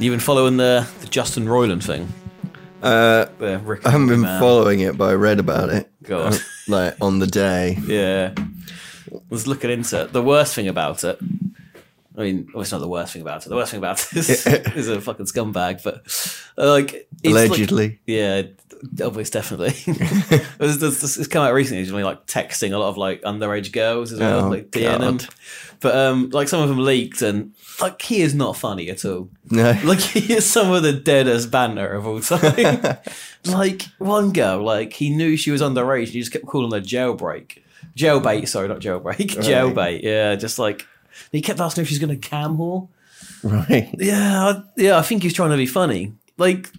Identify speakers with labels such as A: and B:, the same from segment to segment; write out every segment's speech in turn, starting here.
A: You been following the, the Justin Roiland thing?
B: Uh,
A: The Rick
B: I
A: and
B: haven't
A: Morty
B: been
A: man.
B: following it, but I read about it.
A: God.
B: Uh, like on the day.
A: Yeah. Let's look at into it. The worst thing about it. I mean, well, it's not the worst thing about it. The worst thing about it is, is a fucking scumbag, but uh, like it's like-
B: Allegedly.
A: yeah, almost definitely. it's, it's, it's come out recently. He's been like texting a lot of like underage girls as well,
B: Oh,
A: like DMing them.
B: God.
A: But um, like some of them leaked, and like he is not funny at all.
B: No.
A: Like he is some of the deadest banter of all time. like one girl, like he knew she was underage, and he just kept calling her jailbreak, jailbait. Sorry, not jailbreak, jailbait. Yeah, just like he kept asking if she's gonna cam whore.
B: right.
A: Yeah, I- yeah, I think he's trying to be funny. Like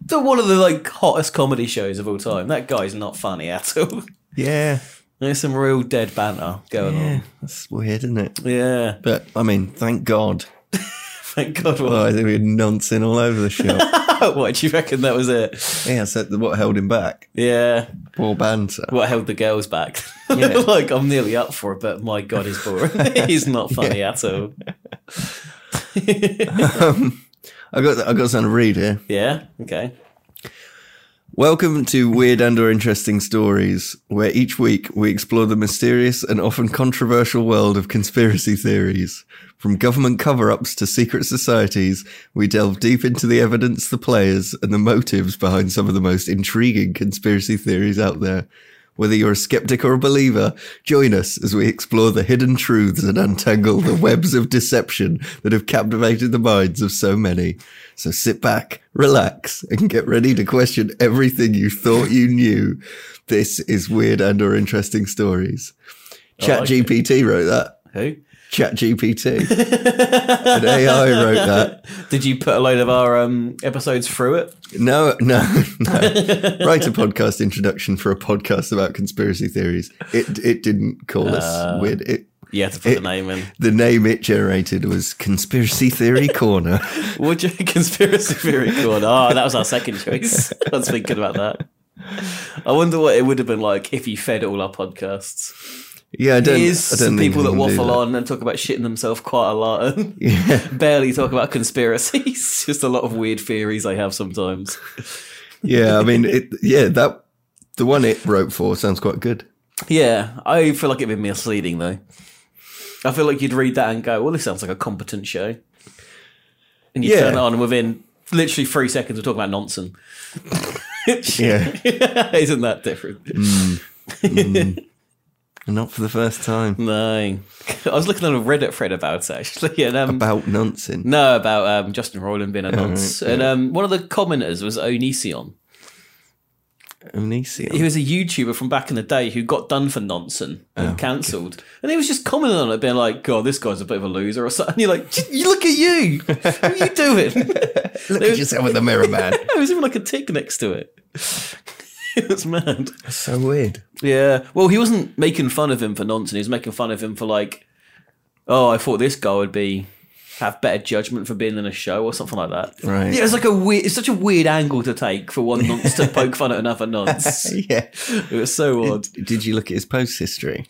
A: the one of the like hottest comedy shows of all time. That guy's not funny at all.
B: Yeah.
A: There's some real dead banter going
B: Yeah. That's weird, isn't it?
A: on. Yeah,
B: But I mean, thank God.
A: thank God.
B: Oh, there we had nonsense all over the shop.
A: what do you reckon that was it?
B: yeah, so what held him back?
A: Yeah.
B: Poor banter.
A: what held the girls back.
B: Yeah.
A: like I'm nearly up for it, but my god, he's boring. he's not funny at all.
B: I got I got something to read here.
A: yeah. Okay.
B: Welcome to Weird and or Interesting Stories, where each week we explore the mysterious and often controversial world of conspiracy theories. From government cover-ups to secret societies, we delve deep into the evidence, the players, and the motives behind some of the most intriguing conspiracy theories out there. Whether you're a skeptic or a believer, join us as we explore the hidden truths and untangle the webs of deception that have captivated the minds of so many. So sit back, relax, and get ready to question everything you thought you knew. This is weird and or interesting stories.
A: like it.
B: ChatGPT wrote that.
A: Who?
B: ChatGPT. An AI wrote that.
A: Did you put a load of our um, episodes through it?
B: No, no, no. Write a podcast introduction for a podcast about conspiracy theories. It it didn't call
A: Uh,
B: us weird. It
A: Yeah, to put the
B: It-
A: name in.
B: The name it generated was Conspiracy Theory Corner.
A: Would you conspiracy theory corner? Oh, that was our second choice. I was thinking about that. I wonder what it would have been like if you fed all our podcasts.
B: Yeah, I don't.
A: Here's
B: I don't
A: some
B: think
A: people
B: we
A: that
B: can do
A: waffle
B: that.
A: on and talk about shitting themselves quite a lot and
B: Yeah,
A: barely talk about conspiracies. Just a lot of weird theories I have sometimes.
B: yeah. I mean, it, yeah, that the one it wrote for sounds quite good.
A: Yeah, I feel like it'd be misleading though. I feel like you'd read that and go, "Well, this sounds like a competent show," and you
B: Yeah.
A: turn it on and within literally three seconds we're talking about nonsense.
B: Yeah. Mm.
A: isn't that different?
B: Not for the first time.
A: No, I was looking on a Reddit thread about it actually, and um,
B: About nonsense.
A: no, about um, Justin Roiland being a nonce, and um, one of the commenters was Onision.
B: Amnesia.
A: he was a YouTuber from back in the day who got done for nonsense and cancelled. And he was just commenting on it, being like, God, this guy's a bit of a loser or something. And you're like, "J- you look at you. What are you doing?
B: Look at yourself in the mirror, man.
A: there was even like a tick next to it. it was mad.
B: That's so weird.
A: Yeah. Well, he wasn't making fun of him for nonsense. He was making fun of him for like, oh, I thought this guy would be have better judgment for being in a show or something like that.
B: Right.
A: Yeah, it's like a weird, it's such a weird angle to take for one nonce to poke fun at another nonce.
B: Yeah.
A: It was so odd.
B: Did you look at his post history?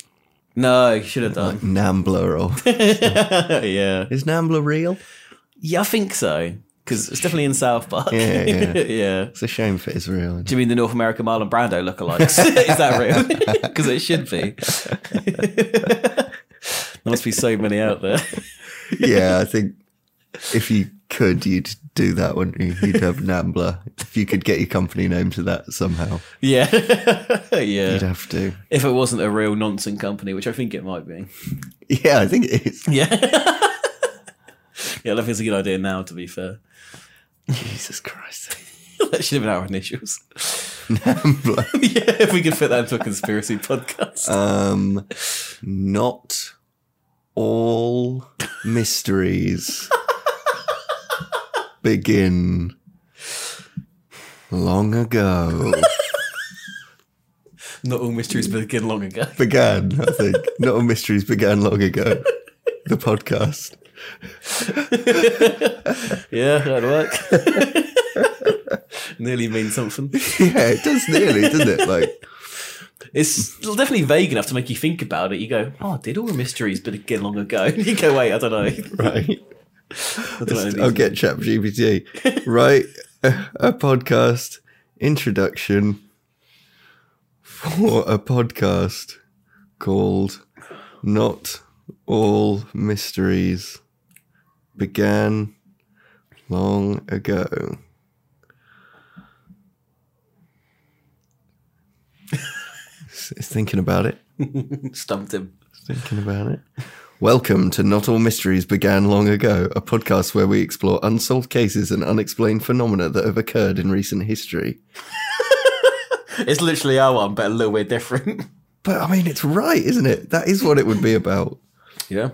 A: No, you should have done.
B: Nambler. Or,
A: yeah.
B: is Nambler real?
A: Yeah, I think so. Because it's definitely in South Park.
B: Yeah, yeah.
A: Yeah.
B: It's a shame if it is real.
A: Do you mean the North American Marlon Brando lookalikes? Is that real? Because it should be. there must be so many out there.
B: yeah, I think if you could, you'd do that, wouldn't you? You'd have Nambler. If you could get your company name to that somehow,
A: Yeah. yeah.
B: you'd have to.
A: If it wasn't a real nonsense company, which I think it might be.
B: Yeah, I think it is.
A: Yeah. yeah, I don't think it's a good idea now, to be fair.
B: Jesus Christ.
A: that should have been our initials.
B: Nambler.
A: yeah, if we could fit that into a conspiracy podcast.
B: Um, not all mysteries begin long ago.
A: Not all mysteries begin long ago.
B: Began, I think. Not all mysteries began long ago. The podcast.
A: Yeah, that'd work. Nearly means something.
B: Yeah, it does nearly, doesn't it? Like,
A: It's definitely vague enough to make you think about it. You go, oh, did all the mysteries begin long ago? you go, wait, I don't know.
B: right.
A: I don't know these
B: I'll get Chat GPT. Write a, a podcast introduction for a podcast called Not All Mysteries Began Long Ago. It's it's thinking about it.
A: Stumped him.
B: Thinking about it. Welcome to Not All Mysteries Began Long Ago, a podcast where we explore unsolved cases and unexplained phenomena that have occurred in recent history.
A: It's literally our one, but a little bit different.
B: But I mean, it's right, isn't it? That is what it would be about.
A: Yeah.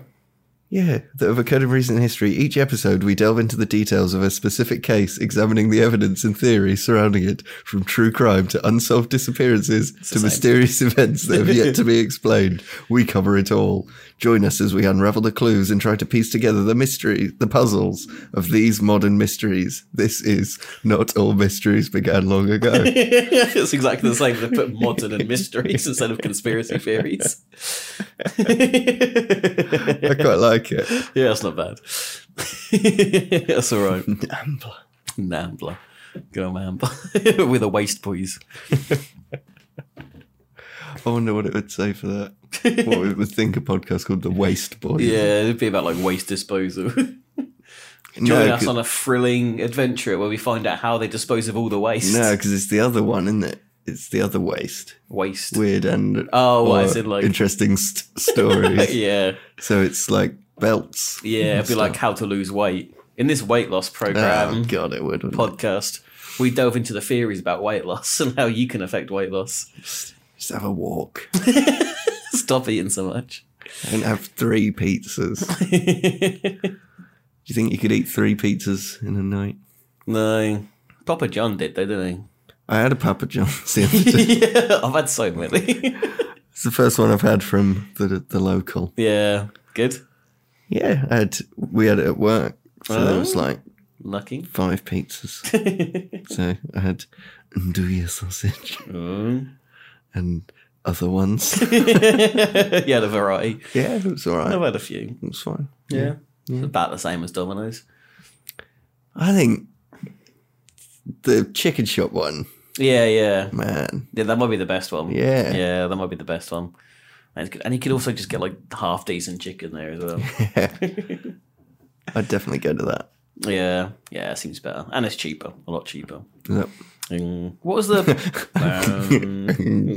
B: Yeah, that have occurred in recent history. Each episode, we delve into the details of a specific case, examining the evidence and theory surrounding it, from true crime to unsolved disappearances to
A: the same.
B: mysterious events that have yet to be explained. We cover it all. Join us as we unravel the clues and try to piece together the mystery, the puzzles of these modern mysteries. This is not all mysteries began long ago.
A: it's exactly the same. They put modern and mysteries instead of conspiracy theories.
B: I
A: yeah,
B: quite like it.
A: that's not bad. that's all right. Nambler. Good old Nambler. With a waist, please.
B: I wonder what it would say for that. What we would think a podcast called The Waste Boy.
A: Yeah, it'd be about like waste disposal. Join
B: No,
A: us on a thrilling adventure where we find out how they dispose of all the waste.
B: No, because it's the other one, isn't it? It's the other waste.
A: Waste.
B: Weird and
A: Oh, well, I
B: or
A: said, like-
B: interesting st- stories.
A: yeah,
B: So it's like belts.
A: yeah. It'd be like how to lose weight. In this weight loss
B: Oh,
A: program
B: God, it would. wouldn't it?
A: podcast, we delve into the theories about weight loss and how you can affect weight loss.
B: Just have a walk
A: Stop eating so much.
B: and have three pizzas. Do you think you could eat three pizzas in a night?
A: no, Papa John did, though, didn't
B: I had a Papa John's the other day.
A: he? yeah, I've had so many.
B: It's the first one I've had from the the local.
A: yeah, good,
B: Yeah, I had. We had it at work, so there was
A: Oh.
B: like
A: lucky.
B: five pizzas. so I had andouille sausage
A: Mm.
B: and other ones.
A: you had a variety.
B: Yeah, it was all
A: I've
B: right.
A: had a few.
B: It was fine.
A: Yeah. About the same as Domino's.
B: I think the chicken shop one,
A: Yeah, yeah.
B: man.
A: Yeah, that might be the best one.
B: Yeah.
A: Yeah, that might be the best one. And, it's good. and you could also just get like half decent chicken there as well.
B: I'd definitely go to that.
A: yeah. Yeah, it seems better. And it's cheaper. A lot cheaper.
B: Yep.
A: Mm. What was the Um,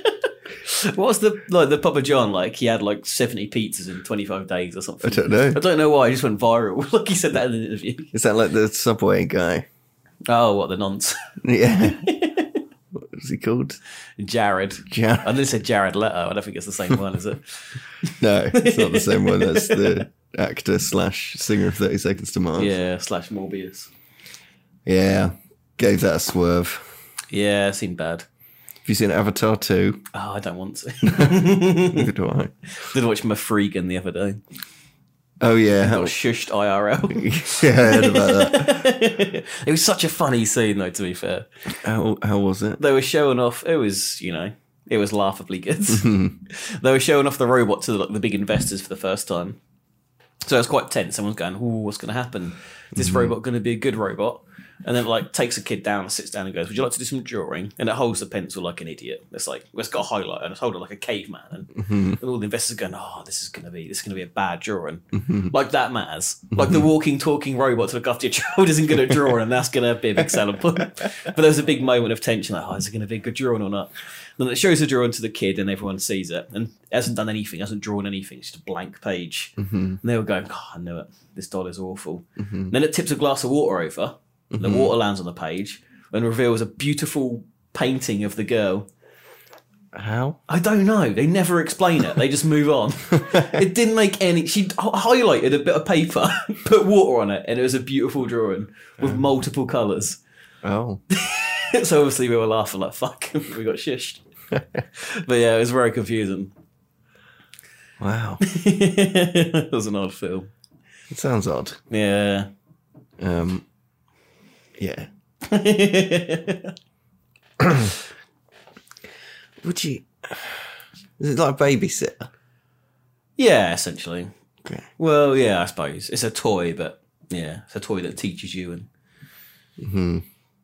A: What was the like the Papa John like? He had like seventy pizzas in twenty five days or
B: I
A: something.
B: don't know.
A: I don't know why. It just went viral. like he said that in an interview.
B: Is that like the Subway guy?
A: Oh, what the nonce,
B: Yeah. what was he called?
A: Jared. I
B: Jan-
A: nearly said Jared Leto. I don't think it's the same one, is it?
B: no, it's not the same one. That's the actor slash singer of Thirty Seconds to Mars.
A: Yeah, slash Morbius.
B: Yeah. Gave that a swerve.
A: Yeah, seemed bad.
B: Have you seen Avatar 2?
A: Oh, I don't want to.
B: Neither do I.
A: Did watch Mafregan the other day.
B: Oh, yeah.
A: Got shushed IRL.
B: yeah, I heard about that.
A: it was such a funny scene, though. To be fair,
B: How, how was it?
A: they were showing off. It was, you know, it was laughably good. they were showing off the robot to like, the big investors for the first time. So it was quite tense. Someone's going, "Ooh, what's going to happen? Is this robot going to be a good robot?" And then it, like takes a kid down, and sits down, and goes, "Would you like to do some drawing?" And it holds the pencil like an idiot. It's like it's got a highlighter, and it's holding like a caveman. And, and all the investors are going, "Oh, this is going to be this is going to be a bad drawing." Like that matters. Like the walking, talking robot to look after your child isn't going to draw, and that's going to be a big selling point. But there was a big moment of tension. Like, oh, is it going to be a good drawing or not? And then it shows the drawing to the kid, and everyone sees it, and it hasn't done anything, hasn't drawn anything. It's just a blank page. And they were going, "God, I knew it. This doll is awful." Then it tips a glass of water over. and The water lands on the page and reveals a beautiful painting of the girl.
B: How?
A: I don't know. They never explain it. They just move on. it didn't make any. She h- highlighted a bit of paper, put water on it, and it was a beautiful drawing with multiple colours.
B: Oh.
A: so obviously we were laughing like fuck. we got shished. but yeah, it was very confusing.
B: Wow.
A: it was an odd film.
B: It sounds odd.
A: Yeah.
B: Um, yeah. Would you? Is it like babysitter?
A: Yeah, essentially.
B: Okay.
A: Well, yeah, I suppose it's a toy, but yeah, it's a toy that teaches you and
B: hmm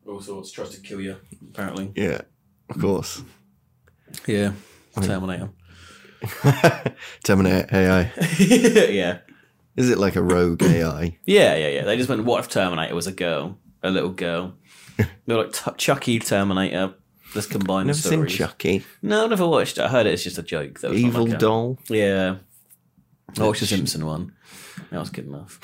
A: all sorts. Tries to kill you, apparently.
B: Yeah, of course.
A: Yeah, Terminator.
B: Terminator AI.
A: yeah,
B: Is it like a rogue AI?
A: yeah, yeah, yeah. They just went, "What if Terminator was a girl, a little girl?" They're like t- Chucky Terminator. Let's combine the
B: Never seen
A: stories.
B: Chucky.
A: No, I never watched it. I heard it's just a joke. That was from,
B: Evil
A: like, a-
B: doll.
A: Yeah. I watched the Simpson one. That was good enough.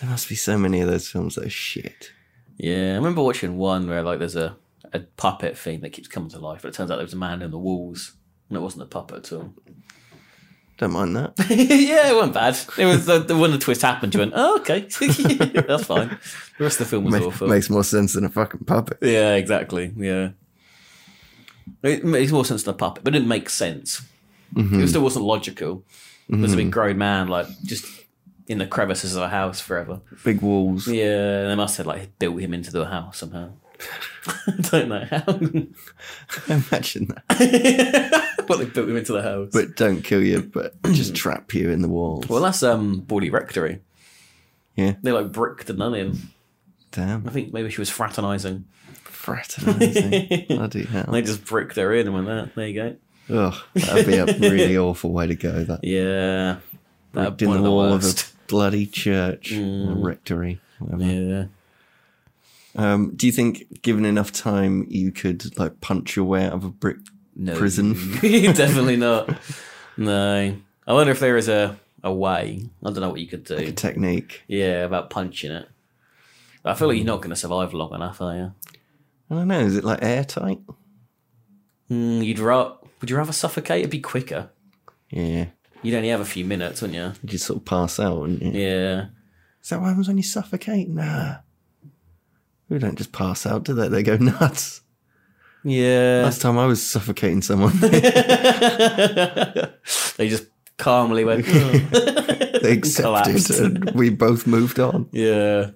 B: There must be so many of those films that are shit.
A: Yeah, I remember watching one where like there's a, a puppet thing that keeps coming to life, but it turns out there was a man in the walls, and it wasn't a puppet at all.
B: Don't mind that.
A: yeah, it wasn't bad. It was the, the when the twist happened, you went, "Oh, okay, that's fine." The rest of the film was
B: Ma-
A: awful.
B: makes more sense than a fucking puppet.
A: yeah, exactly. Yeah, it makes more sense than a puppet, but it didn't make sense. It still wasn't logical. There's a big grown man like just in the crevices of a house forever.
B: Big walls.
A: Yeah, they must have like built him into the house somehow. Don't know how.
B: Imagine that.
A: but they built him into the house.
B: But don't kill you, but just trap you in the walls.
A: well, that's um Bawley Rectory.
B: Yeah.
A: they like bricked and none in. I
B: Damn.
A: think maybe she was fraternising.
B: Fraternizing. Bloody
A: And they
B: hell.
A: just bricked her in and went that. There you go.
B: Ugh, that'd be a really awful way to go. That
A: Yeah,
B: Ripped
A: that
B: in
A: one of
B: the
A: the
B: wall of
A: worst. Mm.
B: a bloody church, a rectory. whatever.
A: Yeah.
B: Um, do you think, given enough time, you could like punch your way out of a brick?
A: No.
B: Prison.
A: Definitely not. No. I wonder if there is a, a way. I don't know what you could do.
B: Like a technique?
A: Yeah, about punching it. I feel like you're not going to survive long enough, are you?
B: I don't know. Is it like airtight?
A: Mm, you'd ra- would you rather suffocate? It'd be quicker.
B: Yeah,
A: You'd only have a few minutes, wouldn't you?
B: you just sort of pass out, wouldn't you?
A: Yeah.
B: Is that what happens when you suffocate? Nah. We don't just pass out, do they? They go nuts.
A: Yeah.
B: Last time I was suffocating someone,
A: they just calmly went. "Ugh."
B: they accepted
A: Collapsed.
B: and we both moved on.
A: Yeah.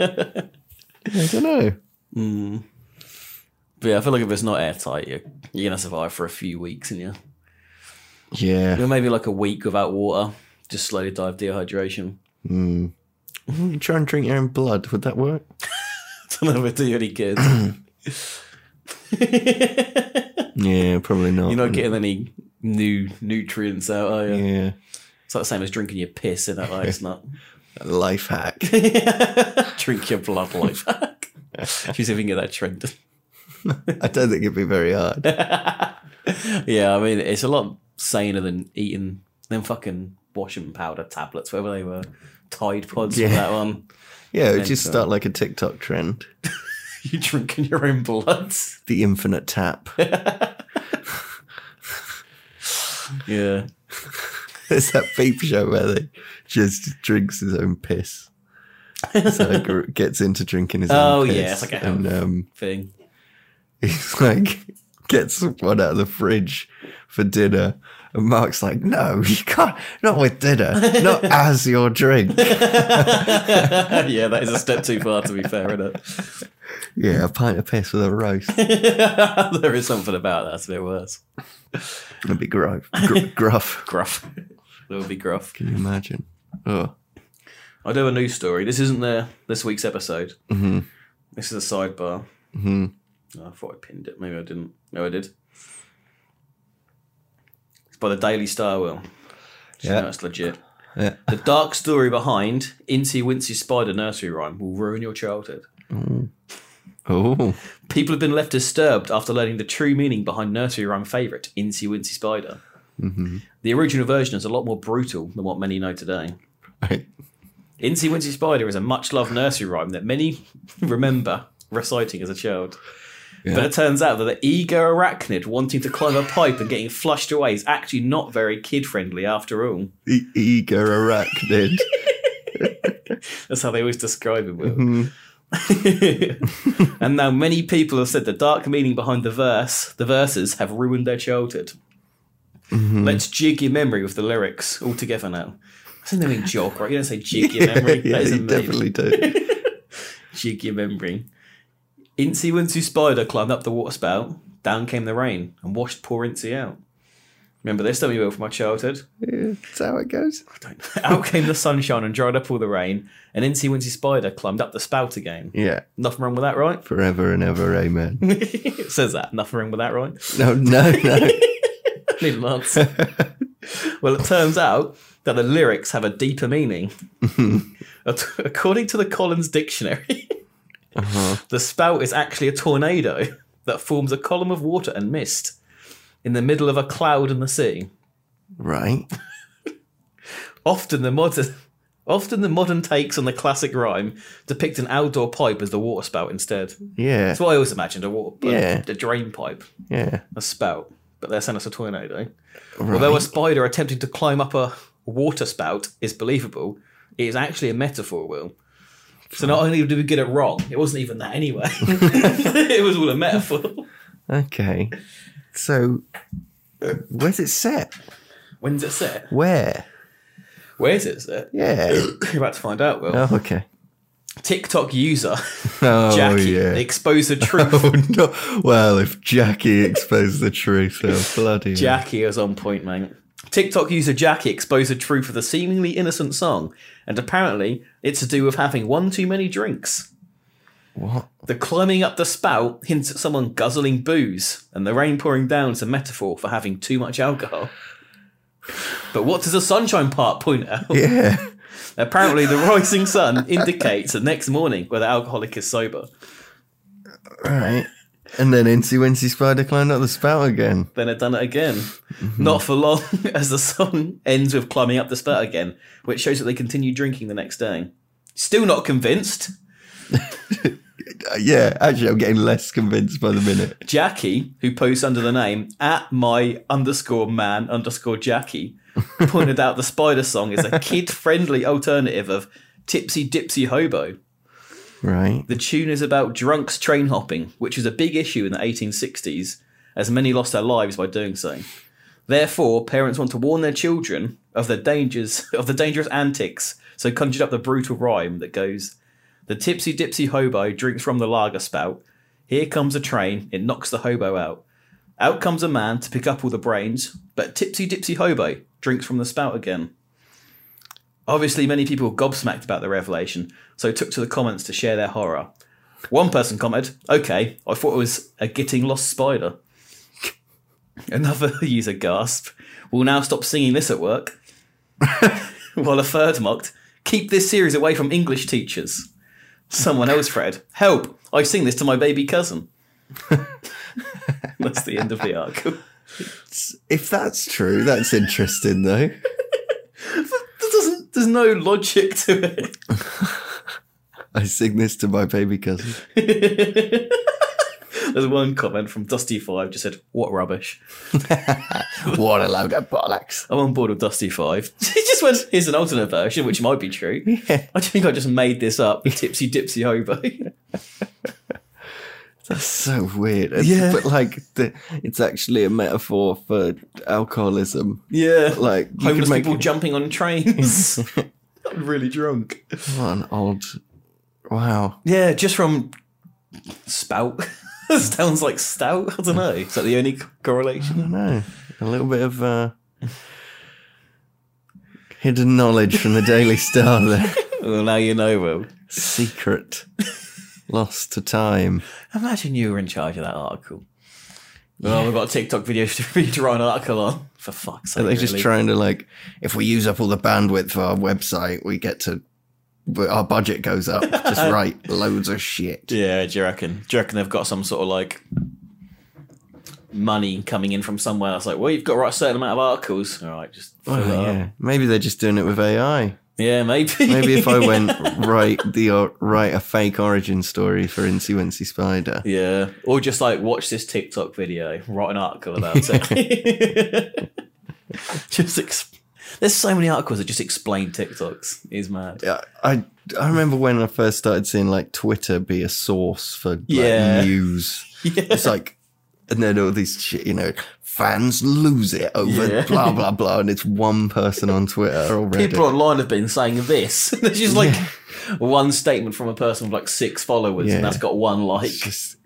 B: I don't know.
A: Mm. But yeah, I feel like if it's not airtight, you're, you're going to survive for a few weeks, aren't you?
B: Yeah.
A: Or maybe like a week without water, just slowly die of dehydration.
B: Mm. Mm, Try and drink your own blood. Would that work?
A: don't know if it do you any good.
B: Yeah, probably not.
A: You're not getting any new nutrients out, are you?
B: Yeah.
A: It's like the same as drinking your piss in that like it's not.
B: Life hack.
A: Drink your blood like that. She's even get that trend.
B: I don't think it'd be very hard.
A: yeah, I mean it's a lot saner than eating them fucking washing powder tablets, whatever they were. Tide pods
B: Yeah.
A: for that one.
B: Yeah, it'd
A: Think
B: just
A: so.
B: start like a TikTok trend.
A: You're drinking your own blood.
B: The infinite tap.
A: Yeah.
B: There's that peep show where they just drinks his own piss. So he gr- gets into drinking his
A: Oh,
B: own piss.
A: yeah, it's like a
B: and um,
A: Thing.
B: he's like gets one out of the fridge for dinner. And Mark's like, no, you can't, not with dinner, not as your drink.
A: yeah, that is a step too far to be fair, isn't it?
B: Yeah, a pint of piss with a roast.
A: there is something about that that's a bit worse.
B: It'd be gruff. Gr- gruff.
A: Gruff. that would be gruff.
B: Can you imagine? Oh,
A: I do have a news story. This isn't the this week's episode.
B: Mhm.
A: This is a sidebar.
B: hmm
A: Oh, I thought I pinned it. Maybe I didn't. No, I did. It's by the Daily Star. Will. So
B: Yeah.
A: yeah, that's legit.
B: Yeah.
A: The dark story behind Incy Wincy Spider nursery rhyme will ruin your childhood.
B: Oh,
A: People have been left disturbed after learning the true meaning behind nursery rhyme favourite Incy Wincy Spider. The original version is a lot more brutal than what many know today.
B: right.
A: Incy Wincy Spider is a much loved nursery rhyme that many remember reciting as a child.
B: Yeah.
A: But it turns out that the eager arachnid wanting to climb a pipe and getting flushed away is actually not very kid friendly after all.
B: E- eager arachnid.
A: That's how they always describe it. Will.
B: Mm-hmm.
A: and now many people have said the dark meaning behind the verse, the verses, have ruined their childhood.
B: Mm-hmm.
A: Let's jig your memory with the lyrics all together now. I think they mean jog, right? You don't say jig your memory.
B: yeah,
A: that is
B: you
A: amazing.
B: definitely do.
A: Jig your memory. Incy Wincy Spider climbed up the water spout. Down came the rain and washed poor Incy out. Remember this, don't you, Will, from my childhood?
B: Yeah, that's how it goes.
A: I don't know. Out came the sunshine and dried up all the rain. An incy wincy spider climbed up the spout again.
B: Yeah,
A: Nothing wrong with that, right?
B: forever and ever, amen.
A: it says that. Nothing wrong with that, right?
B: No, no, no.
A: Need an answer. well, it turns out that the lyrics have a deeper meaning. Ac- According to the Collins Dictionary,
B: Uh-huh.
A: the spout is actually a tornado that forms a column of water and mist in the middle of a cloud in the sea.
B: Right.
A: Often the modern, often the modern takes on the classic rhyme depict an outdoor pipe as the water spout instead.
B: Yeah.
A: That's what I always imagined a water,
B: Yeah.
A: the drain pipe,
B: Yeah.
A: a spout. But they're saying it's a tornado.
B: Right.
A: Although a spider attempting to climb up a water spout is believable, it is actually a metaphor, Will. So not only did we get it wrong, it wasn't even that anyway. it was all a metaphor.
B: okay. So, uh, where's it set?
A: When's it set?
B: Where?
A: Where's it set?
B: Yeah.
A: You're about to find out, Will.
B: Oh, okay.
A: TikTok user
B: Oh,
A: Jackie
B: yeah.
A: exposed the truth.
B: Oh, no. Well, if Jackie exposed the truth, oh, bloody hell.
A: Jackie was on point, mate. TikTok user Jackie exposed the truth of the seemingly innocent song, and apparently it's to do with having one too many drinks.
B: What?
A: The climbing up the spout hints at someone guzzling booze, and the rain pouring down is a metaphor for having too much alcohol. But what does the sunshine part point out?
B: Yeah.
A: Apparently, the rising sun indicates the next morning whether alcoholic is sober.
B: All right. And then Incy Wincy Spider climbed up the spout again.
A: Then I'd done it again. Not for long, as the song ends with climbing up the spout again, which shows that they continue drinking the next day. Still not convinced.
B: Uh, yeah, actually, I'm getting less convinced by the minute.
A: Jackie, who posts under the name at my underscore man underscore Jackie, pointed out the spider song is a kid friendly alternative of Tipsy Dipsy Hobo.
B: Right.
A: The tune is about drunks train hopping, which was a big issue in the 1860s, as many lost their lives by doing so. Therefore, parents want to warn their children of the dangers of the dangerous antics, so conjured up the brutal rhyme that goes The tipsy dipsy hobo drinks from the lager spout. Here comes a train, it knocks the hobo out. Out comes a man to pick up all the brains, but tipsy dipsy hobo drinks from the spout again. Obviously, many people were gobsmacked about the revelation, so took to the comments to share their horror. One person commented, "Okay, I thought it was a getting lost spider." Another user gasped, "We'll now stop singing this at work." While a third mocked, "Keep this series away from English teachers." Someone else thread, "Help! I sing this to my baby cousin." That's the end of the article.
B: If that's true, that's interesting, though.
A: There doesn't, there's no logic to it.
B: I sing this to my baby cousin.
A: There's one comment from Dusty Five just said, "What rubbish."
B: What a load of bollocks.
A: I'm on board with Dusty Five. he just went, "Here's an alternate version, which might be true." I think I just made this up. Tipsy Dipsy Hobo.
B: That's so weird. It's-
A: Yeah.
B: But, like, the, it's actually a metaphor for alcoholism.
A: yeah,
B: Like, you could
A: homeless
B: make
A: people jumping on trains. I'm really drunk.
B: What an odd. Wow.
A: Yeah, just from spout. Sounds like stout. I don't know. Is that the only c-
B: I
A: correlation?
B: don't know. A little bit of uh, hidden knowledge from the Daily Star there.
A: Well, now you know, Will.
B: Secret. Lost to time.
A: Imagine you were in charge of that article. Oh, we've got a TikTok video to read to write an article on. For fuck's sake.
B: Are they just
A: really.
B: trying to like, if we use up all the bandwidth for our website, we get to, but our budget goes up. Just write loads of shit.
A: Yeah, do you reckon? Do you reckon they've got some sort of like money coming in from somewhere? That's like, well, you've got to write a certain amount of articles. All right, just fill
B: Oh,
A: that up.
B: yeah. Maybe they're just doing it with AI.
A: Yeah, maybe.
B: Maybe if I went write the or- write a fake origin story for Incy Wincy Spider.
A: Yeah, or just like watch this TikTok video, write an article about it. just ex- there's so many articles that just explain TikToks. Is mad.
B: Yeah, I I remember when I first started seeing like Twitter be a source for like,
A: Yeah.
B: news.
A: Yeah.
B: It's like, and then all these shit, you know, fans lose it over
A: Yeah.
B: blah blah blah, and it's one person on Twitter already.
A: People online have been saying this. There's just like one statement from a person with like six followers,
B: Yeah.
A: and that's got one like.
B: It's just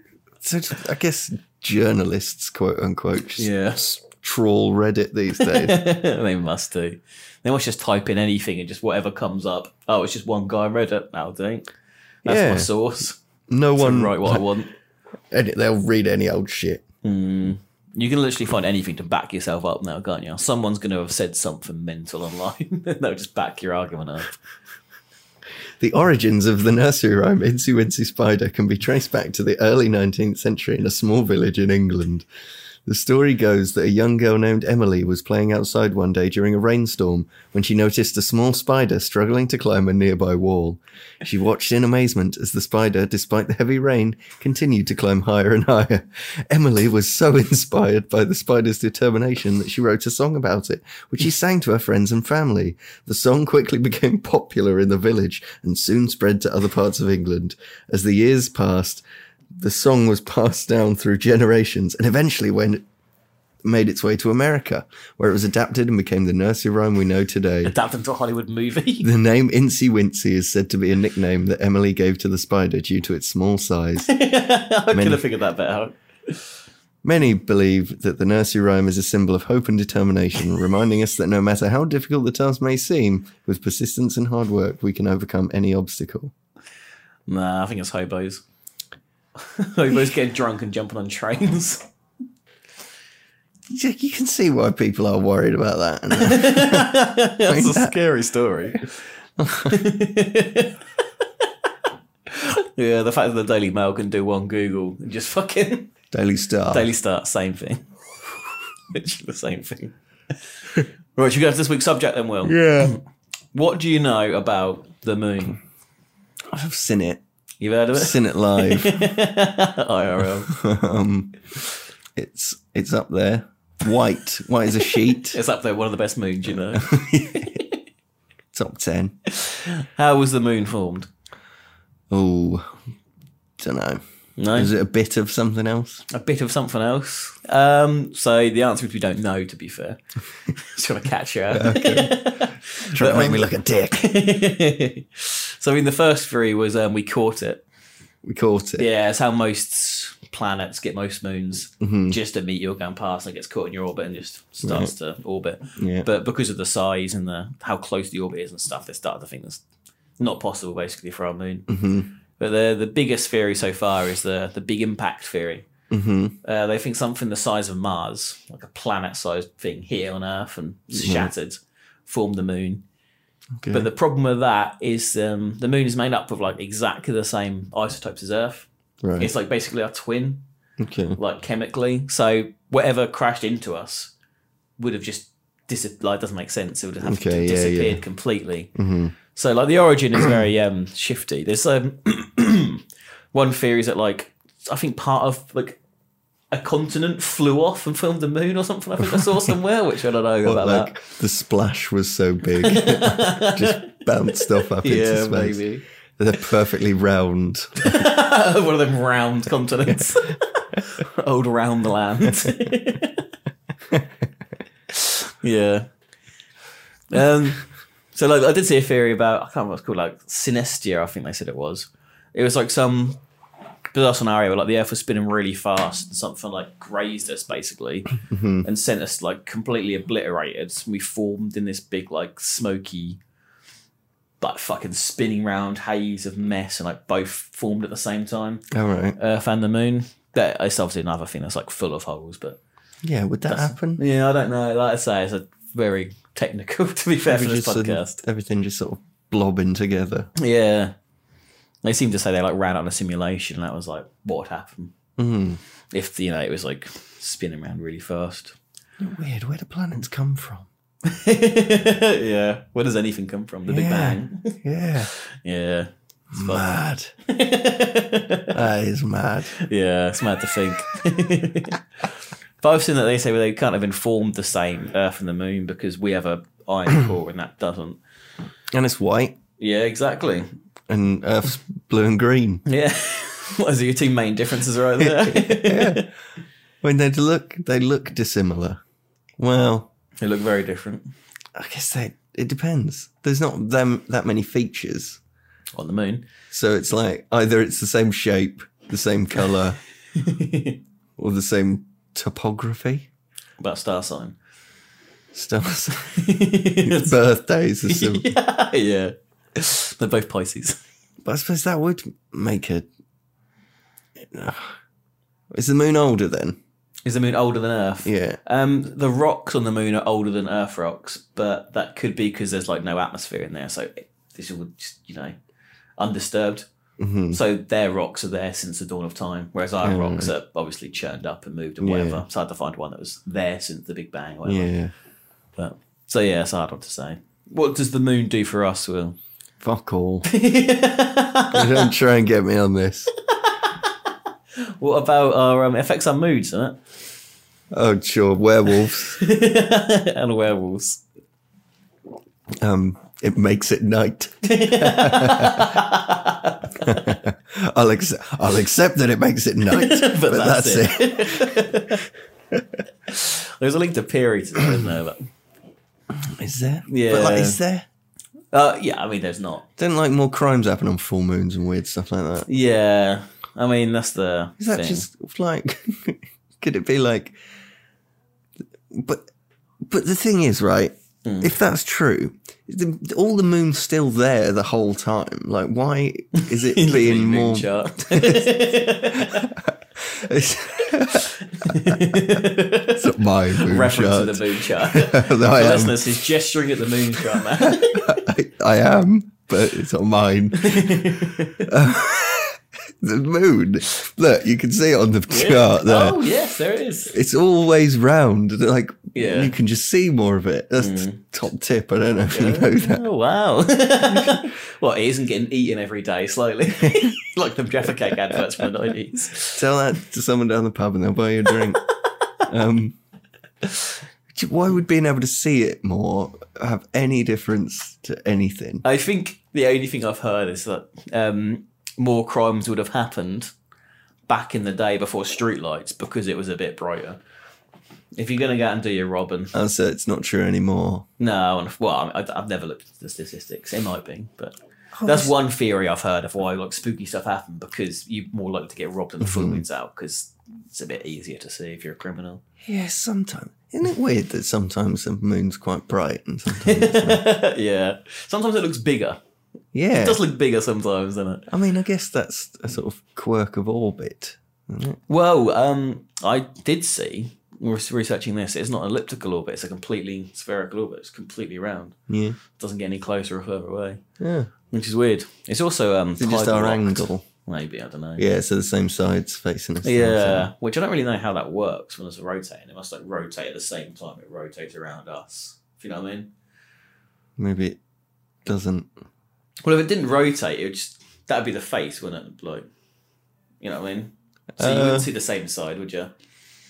B: so. Just, I guess journalists, quote unquote, just
A: Yeah.
B: s- trawl Reddit these days.
A: they must do. They must just type in anything and just whatever comes up. Oh, it's just one guy on Reddit. That'll do. That's
B: Yeah.
A: my source.
B: No
A: One
B: one
A: right what I want.
B: any- they'll read any old shit.
A: You can literally find anything to back yourself up now, can't you? Someone's going to have said something mental online. and They'll just back your argument up.
B: The origins of the nursery rhyme "Incy Wincy Spider" can be traced back to the early 19th century in a small village in England. The story goes that a young girl named Emily was playing outside one day during a rainstorm when she noticed a small spider struggling to climb a nearby wall. She watched in amazement as the spider, despite the heavy rain, continued to climb higher and higher. Emily was so inspired by the spider's determination that she wrote a song about it, which she sang to her friends and family. The song quickly became popular in the village and soon spread to other parts of England. As the years passed, the song was passed down through generations and eventually went made its way to America, where it was adapted and became the nursery rhyme we know today.
A: Adapt into a Hollywood movie.
B: The name Incy Wincy is said to be a nickname that Emily gave to the spider due to its small size.
A: I could
B: Many-
A: have figured that bit out.
B: Many believe that the nursery rhyme is a symbol of hope and determination, reminding us that no matter how difficult the task may seem, with persistence and hard work, we can overcome any obstacle.
A: Nah, I think it's hobos. hobos getting drunk and jumping on trains.
B: You you can see why people are worried about that. and- uh,
A: That's
B: that-
A: scary story. yeah, the fact that the Daily Mail can do one Google and just fucking
B: Daily Star.
A: Daily Start, same thing. Literally the same thing. Right, should we go to this week's subject then, Will?
B: Yeah.
A: What do you know about the moon?
B: I've seen it.
A: You've heard of
B: I've
A: it?
B: seen it live.
A: IRL.
B: um, it's it's up there. White. White is a sheet.
A: It's up there, one of the best moons, you know.
B: Top 10.
A: How was the moon formed?
B: Oh, don't know.
A: No?
B: Is it a bit of something else?
A: a bit of something else. Um, so the answer is we don't know. To be fair, just want to catch you out.
B: Trying to make me look a dick.
A: so I mean, the first three was um, we caught it.
B: We caught it.
A: Yeah, it's how most planets get most moons.
B: Mm-hmm.
A: Just a meteor going past and gets caught in your orbit and just starts to orbit.
B: Yeah.
A: But because of the size and the how close the orbit is and stuff, they started to think that's not possible basically for our moon.
B: Mm-hmm.
A: But the the biggest theory so far is the the big impact theory.
B: Mm-hmm.
A: Uh, they think something the size of Mars, like a planet-sized thing, hit on Earth and shattered, formed the moon.
B: Okay.
A: But the problem with that is um, the moon is made up of like exactly the same isotopes as Earth.
B: right.
A: It's like basically our twin,
B: okay.
A: like chemically. So whatever crashed into us would have just dis- like doesn't make sense. It would have
B: Okay, yeah,
A: disappeared
B: yeah. Mm-hmm.
A: completely. So like the origin is very um, shifty. There's um, one theory is that like I think part of like a continent flew off and filmed the moon or something. I think I saw somewhere, which I don't know
B: But
A: about
B: like the splash was so big, it just bounced off up
A: that.
B: into space. They're perfectly round.
A: One of them round continents. Old round land. yeah. Um, so like I did see a theory about I can't remember what it's called, like synestia, I think they said it was. It was like some bizarre scenario where like the earth was spinning really fast and something like grazed us basically and sent us like completely obliterated. We formed in this big like smoky like fucking spinning round haze of mess and like both formed at the same time.
B: All right.
A: Earth and the moon. That it's obviously another thing that's like full of holes, but
B: Yeah. Would that happen?
A: yeah, I don't know. Like I say, it's a very technical to be fair for this podcast.
B: Everything just- everything just sort of blobbing together.
A: Yeah. They seem to say they like ran on a simulation and that was like what happened.
B: Mm.
A: If you know it was like spinning around really fast.
B: Weird. Where do planets come from?
A: yeah. Where does anything come from? The Big
B: Yeah.
A: Bang.
B: Yeah.
A: Yeah. It's fucked.
B: Mad. that is mad.
A: Yeah, it's mad to think. but I've seen that they say well, they can't have informed the same Earth and the Moon because we have a iron core and that doesn't.
B: And it's white,
A: Yeah, exactly.
B: and Earth's blue and green.
A: Yeah. what is it, your two main differences right there?
B: When they look, they look dissimilar. Well,
A: They look very different
B: I guess they. It depends. There's not them that many features,
A: on the moon.
B: so it's like either it's the same shape, the same color, or the same topography.
A: about star sign.
B: Stars.
A: It's-
B: Birthdays. Are sim-
A: yeah, yeah. They're both Pisces.
B: But I suppose that would make a. Is the moon older then?
A: Is the moon older than Earth?
B: Yeah.
A: Um, the rocks on the moon are older than Earth rocks, but that could be because there's like no atmosphere in there, so this is all just you know undisturbed.
B: hmm
A: So their rocks are there since the dawn of time, whereas our
B: Yeah.
A: rocks are obviously churned up and moved and
B: Yeah.
A: whatever. So I had to find one that was there since the Big Bang. Or whatever.
B: Yeah.
A: But so yeah, it's a hard one to say. What does the moon do for us, Will?
B: Fuck all. Don't try and get me on this.
A: what about our um, it affects our moods, doesn't
B: Oh, sure. Werewolves.
A: it? and werewolves.
B: Um, it makes it night. I'll, ac- I'll accept that it makes it night, but, that's, it.
A: There's a link to Peary to that, isn't there? But,
B: Is there?
A: Yeah.
B: But like, is there?
A: uh, yeah, I mean, there's not.
B: Don't like more crimes happen on full moons and weird stuff like that.
A: Yeah, I mean, that's the
B: Is that
A: thing.
B: just like? could it be like? But, but the thing is, right? If that's true, the, all the moon's still there the whole time. Like, why is it being
A: Moon
B: more?
A: chart.
B: It's, it's not my moon
A: reference to
B: chart.
A: the moon chart.
B: I
A: The
B: am.
A: listeners is gesturing at the moon chart, man.
B: I, I am, but it's not mine. the moon. Look, you can see it on the chart there.
A: Oh yes, there it is.
B: It's always round. and, Like
A: Yeah. Mm.
B: you can just see more of it. That's t- top tip. I don't know if you know that.
A: Oh wow. well, it isn't getting eaten every day slowly, like the Jaffa Cake adverts from the nineties.
B: Tell that to someone down the pub and they'll buy you a drink. um, j- why would being able to see it more have any difference to anything?
A: I think the only thing I've heard is that um, more crimes would have happened back in the day before streetlights because it was a bit brighter. If you're going to go out and do your robbing,
B: Oh, so it's not true anymore.
A: No, and- well, I, I've never looked at the statistics. It might be, but
B: Oh,
A: that's one theory I've heard of why like spooky stuff happen because you're more likely to get robbed
B: Mm-hmm.
A: than the full moon's out because it's a bit easier to see if you're a criminal.
B: Yeah, sometimes. Isn't it weird that sometimes the moon's quite bright and sometimes
A: yeah, sometimes it looks bigger. It
B: Yeah.
A: does look bigger sometimes, doesn't it?
B: I mean, I guess that's a sort of quirk of orbit.
A: Well, um, I did see we were researching this. It's not an elliptical orbit; it's a completely spherical orbit. It's completely round.
B: Yeah.
A: doesn't get any closer or further away,
B: Yeah.
A: which is weird. It's also um,
B: It's just our
A: tidal locked.
B: angle.
A: Maybe I don't know.
B: Yeah, so the same sides facing us.
A: Yeah, which I don't really know how that works when it's rotating. It must like rotate at the same time it rotates around us. If you know what I mean?
B: Maybe it doesn't.
A: Well, if it didn't rotate, it would just that'd be the face, wouldn't it? Like, you know what I mean? So you
B: Uh,
A: wouldn't see the same side, would you?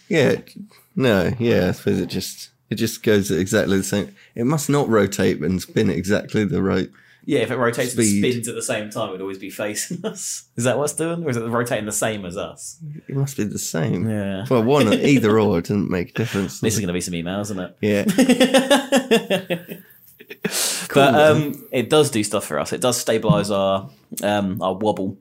B: Yeah. it- No, yeah, I suppose it just it just goes at exactly the same. It must not rotate and spin at exactly the right.
A: Yeah, if it rotates
B: Speed.
A: and spins at the same time, it'd always be facing us. Is that what's doing, or is it rotating the same as us?
B: It must be the same.
A: Yeah.
B: Well, one or either or it doesn't make a difference.
A: This is going to be some emails, isn't it?
B: yeah.
A: but um, it does do stuff for us. It does stabilize our um, our wobble.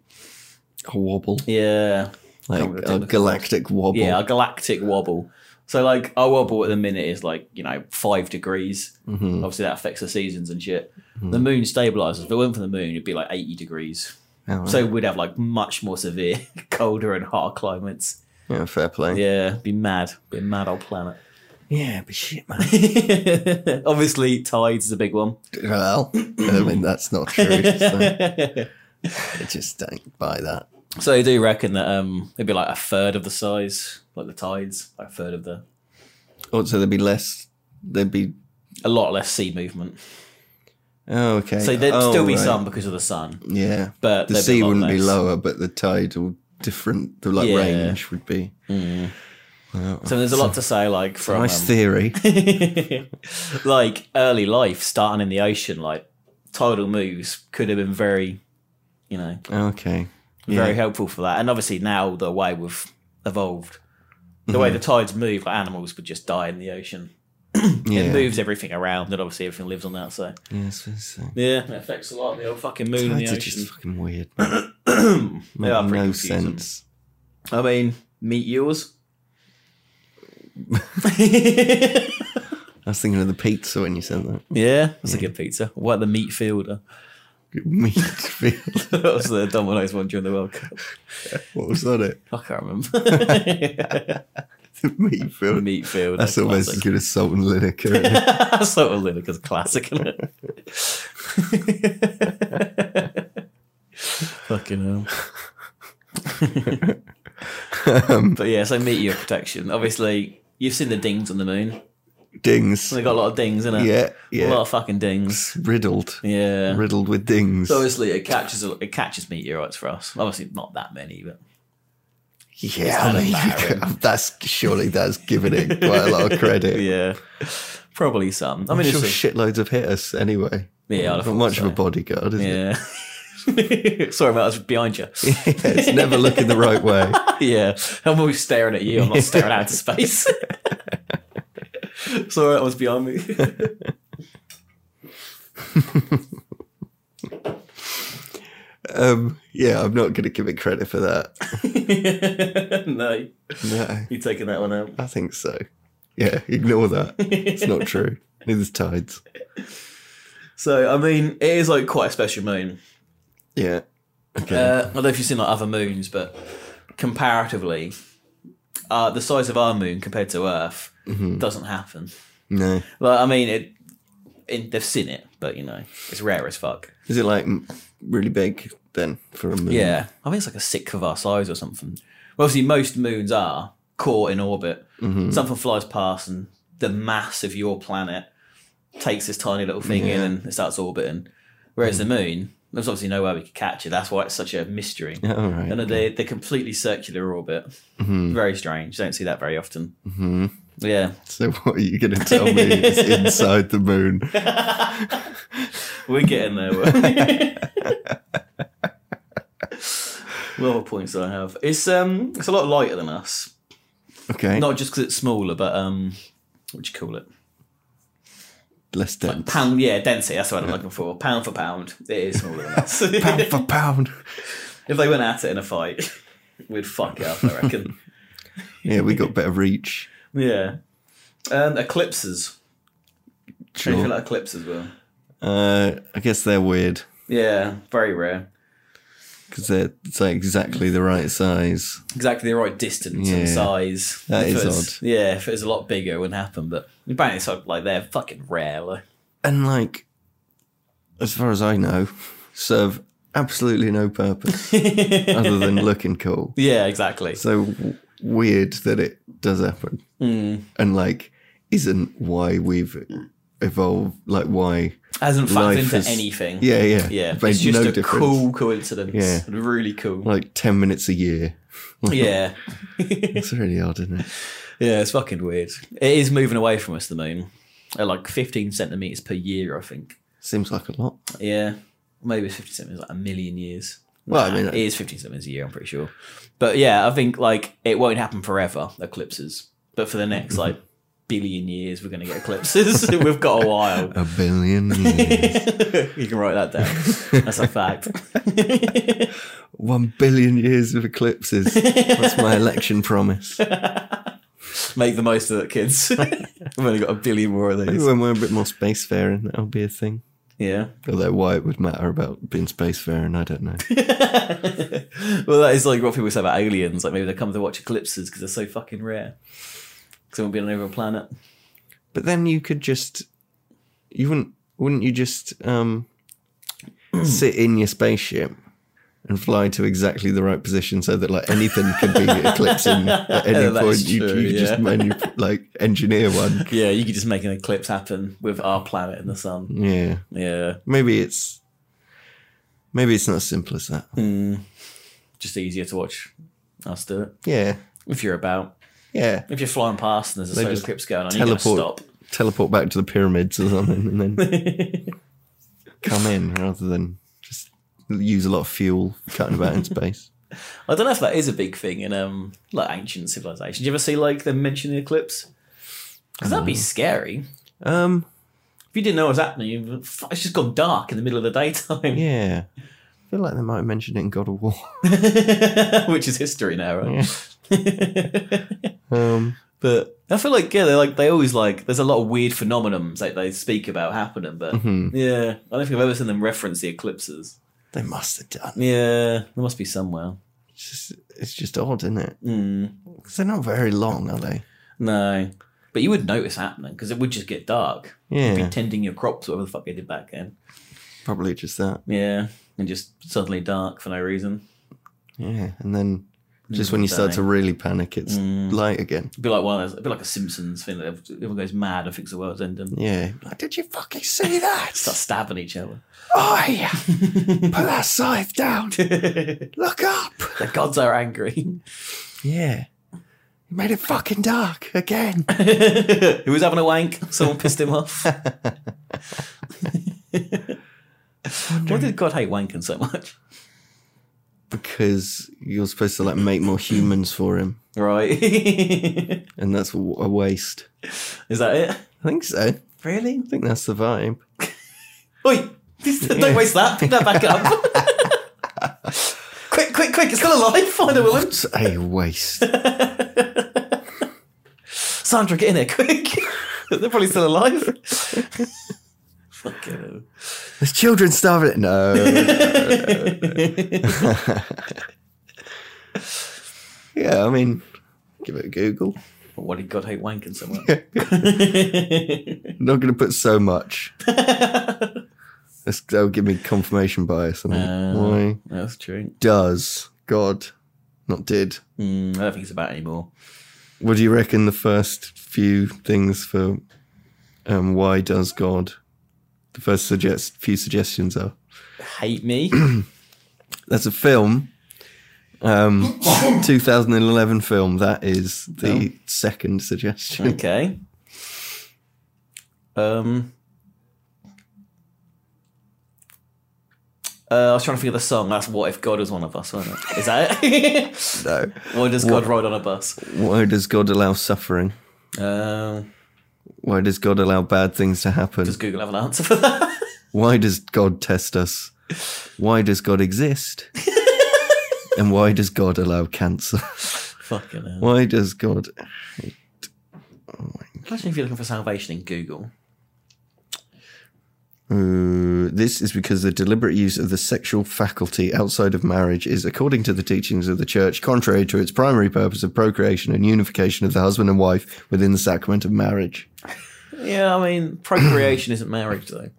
B: A wobble.
A: Yeah, Can't
B: Like
A: really
B: a
A: think of-
B: galactic wobble.
A: Yeah, a galactic wobble. So like our wobble at the minute is like you know five degrees.
B: Mhm.
A: Obviously that affects the seasons and shit. The moon stabilizes. If it weren't for the moon, it'd be like eighty degrees.
B: Alright.
A: So we'd have like much more severe, colder and hotter climates.
B: yeah, fair play.
A: Yeah, be mad, be a mad old planet.
B: yeah but shit, man.
A: Obviously tides is a big one.
B: Well, I mean that's not true. So I just don't buy that.
A: so I do reckon that um it'd be like a third of the size, like the tides, like a third of the
B: Also, Oh, there'd be less. There'd be
A: a lot less sea movement.
B: oh okay.
A: So there'd still be
B: right.
A: some because of the sun.
B: Yeah,
A: But
B: the
A: there'd
B: sea
A: a lot
B: wouldn't be
A: less.
B: lower, but the tidal different. The like
A: Yeah.
B: range would be. Well,
A: So there's a lot to say, like from
B: nice
A: um,
B: theory.
A: like early life, starting in the ocean, like tidal moves could have been very, you know,
B: okay.
A: very helpful for that. And obviously now the way we've evolved, the
B: Mm-hmm.
A: way the tides move, like animals would just die in the ocean.
B: Yeah.
A: It moves everything around, and obviously everything lives on that. So
B: Yeah, so, so.
A: yeah, it affects a lot. The old fucking moon in
B: Tides
A: the
B: are
A: ocean.
B: just fucking weird. man.
A: they are
B: Make
A: pretty
B: no
A: confusing.
B: sense.
A: I mean, meet yours.
B: I was thinking of the pizza when you said that.
A: yeah, that's a good pizza. What the meat fielder?
B: Meat field.
A: that was the Domino's one during the World Cup.
B: What was that? It
A: I can't remember.
B: the meat field.
A: meat fielder.
B: That's almost as
A: classic.
B: good as salt and Lineker.
A: That's sort of Lineker's classic, isn't it? Fucking hell.
B: um,
A: But yeah, so meteor protection. Obviously, you've seen the dings on the moon.
B: dings.
A: They got a lot of dings in it.
B: Yeah,
A: A
B: yeah.
A: lot of fucking dings.
B: Riddled.
A: Yeah.
B: Riddled with dings.
A: So obviously, it catches it catches meteorites for us. Obviously, not that many, but
B: Yeah, I
A: not a
B: mean, you
A: barren.
B: could- that's surely that's giving it quite a lot of credit.
A: yeah, probably some. I
B: I'm
A: mean,
B: sure
A: it's a-
B: shitloads have hit us anyway.
A: Yeah, I'd have
B: not much
A: thought
B: of a
A: so.
B: bodyguard, is it?
A: yeah. Sorry, mate, I was behind you.
B: it's never looking the right way.
A: yeah, I'm always staring at you. I'm not staring out into space. Sorry, that was beyond me.
B: Um, yeah, I'm not going to give it credit for that.
A: no,
B: No,
A: you taking that one out?
B: I think so. Yeah, ignore that. It's not true. Neither's tides.
A: So I mean, it is like quite a special moon.
B: Yeah. Okay.
A: Uh, I don't know if you've seen like other moons, but comparatively, uh, the size of our moon compared to Earth doesn't happen.
B: no.
A: Like, I mean, it, it, they've seen it, but you know, it's rare as fuck.
B: Is it like m- really big then for a moon?
A: Yeah, I think it's like a sixth of our size or something. Well, obviously, most moons are caught in orbit. Something flies past, and the mass of your planet takes this tiny little thing in and it starts orbiting. Whereas the moon, there's obviously no way we could catch it. That's why it's such a mystery.
B: Yeah, All right.
A: And they they completely circular orbit. Very strange. Don't see that very often. Mm-hmm. Yeah,
B: So what are you going to tell me is inside the moon?
A: we're getting there. we're- what other points do I have? It's um, it's a lot lighter than us.
B: Okay.
A: Not just because it's smaller, but um, what do you call it?
B: Less dense.
A: Pound, yeah, density. That's what I'm looking for. Pound for pound, it is smaller than us.
B: pound for pound.
A: if they went at it in a fight, we'd fuck it up. I reckon.
B: Yeah, we got better reach.
A: yeah. Um, eclipses. Sure.
B: Sure.
A: Anything like eclipses were.
B: Uh, I guess they're weird
A: Yeah, very rare.
B: because they're it's like exactly the right size.
A: exactly the right distance
B: Yeah.
A: and size.
B: That
A: If
B: is
A: it was- Yeah, if it was a lot bigger, it wouldn't happen. But apparently, it's like, like they're fucking rare. Like.
B: And like, as far as I know, serve absolutely no purpose other than looking cool.
A: Yeah, exactly.
B: So w- weird that it does happen.
A: Hmm.
B: And like, isn't why we've evolved, like why.
A: Hasn't
B: Life
A: factored into
B: is-
A: anything.
B: Yeah, yeah.
A: yeah.
B: Made
A: It's just
B: no
A: a
B: difference.
A: cool coincidence.
B: Yeah.
A: really cool.
B: Like 10 minutes a year.
A: yeah,
B: It's really odd, isn't it?
A: yeah. It's fucking weird. It is moving away from us. The moon, at Uh, like 15 centimeters per year, I think.
B: Seems like a lot.
A: Yeah, maybe it's 15 centimeters, like a million years.
B: Well, I mean,
A: it is 15 centimeters a year, I'm pretty sure. But yeah, I think like it won't happen forever, eclipses. But for the next like billion years, we're going to get eclipses. We've got a while.
B: A billion years.
A: you can write that down. That's a fact.
B: One billion years of eclipses. That's my election promise.
A: Make the most of it, kids. We've only got a billion more of
B: Maybe
A: these.
B: when we're a bit more spacefaring, that'll be a thing.
A: Yeah.
B: Although why it would matter about being spacefaring, I don't know.
A: Well, that is like what people say about aliens. Like maybe they come to watch eclipses because they're so fucking rare. Because they won't be on another planet.
B: But then you could just, you wouldn't, wouldn't you just um, sit in your spaceship and fly to exactly the right position so that like anything could be eclipsing at any
A: Yeah, that's
B: point? You,
A: true,
B: you just
A: yeah.
B: manu- like engineer one.
A: Yeah, you could just make an eclipse happen with our planet and the sun.
B: Yeah,
A: Yeah.
B: maybe it's, maybe it's not as simple as that.
A: Hmm. Just easier to watch us do it.
B: Yeah,
A: If you're about.
B: yeah.
A: If you're flying past and there's a solar
B: just
A: eclipse going on, you're
B: teleport
A: gonna stop.
B: teleport back to the pyramids or something and then come in rather than just use a lot of fuel cutting about in space.
A: I don't know if that is a big thing in um like ancient civilizations. Do you ever see like them mention the eclipse? Because that'd be scary.
B: Um
A: If you didn't know what was happening, you'd- fuck, it's just gone dark in the middle of the daytime,
B: yeah. I feel like they might have mentioned it in God of War.
A: which is history now, right?
B: Um
A: But I feel like yeah, they like they always like there's a lot of weird phenomenons that they speak about happening, but
B: Mhm.
A: yeah, I don't think I've ever seen them reference the eclipses.
B: They must have done.
A: Yeah, there must be somewhere.
B: It's just, it's just odd, isn't it?
A: Mm,
B: Because they're not very long, are they?
A: no, but you would notice happening because it would just get dark. You'd
B: Yeah,
A: be tending your crops, whatever the fuck they did back then.
B: probably just that.
A: Yeah, and just suddenly dark for no reason.
B: Yeah, and then just
A: Mm,
B: when you start
A: don't
B: to really panic, it's
A: Mm.
B: light again.
A: It'd be like one of those, it'd be like a Simpsons thing that everyone goes mad and thinks the world's ending.
B: Yeah. Like, Did you fucking see that?
A: Start stabbing each other.
B: Oi! Put that scythe down.
A: the
B: Look up.
A: gods are angry.
B: Yeah. You made it fucking dark again.
A: Who was having a wank? Someone pissed him off. Why did God hate wanking so much?
B: Because you're supposed to like make more humans for him,
A: Right. Is
B: and that's a a waste.
A: that it?
B: I think so. I
A: Really?
B: think that's the vibe.
A: Oi! Don't waste that. Pick that back up. quick, quick, quick. It's still alive. Find a woman.
B: It's a waste.
A: Sandra, get in there quick. They're probably still alive. Fucking hell.
B: There's children starving. No. yeah, I mean, give it a Google.
A: Why did God hate wanking so much?
B: I'm not going to put so much. That's, that'll give me confirmation bias. I mean,
A: Uh,
B: why
A: That's true.
B: does God, not did?
A: Mm, I don't think it's about anymore.
B: What do you reckon the first few things for um, why does God? The first suggest few suggestions are
A: Hate me.
B: that's a film, um, 2011 film. That is the second suggestion.
A: okay. Um. Uh, I was trying to think of the song. That's "What If God Was One of Us," wasn't it? Is that it?
B: No.
A: or does God ride on a bus?
B: Why does God allow suffering?
A: Um,
B: Why does God allow bad things to happen?
A: does Google have an answer for that?
B: Why does God test us? Why does God exist? and why does God allow cancer?
A: Fucking hell.
B: Why does God?
A: Imagine if you're looking for salvation in Google.
B: Uh, this is because the deliberate use of the sexual faculty outside of marriage is, according to the teachings of the church, contrary to its primary purpose of procreation and unification of the husband and wife within the sacrament of marriage.
A: Yeah, I mean, procreation isn't marriage, though.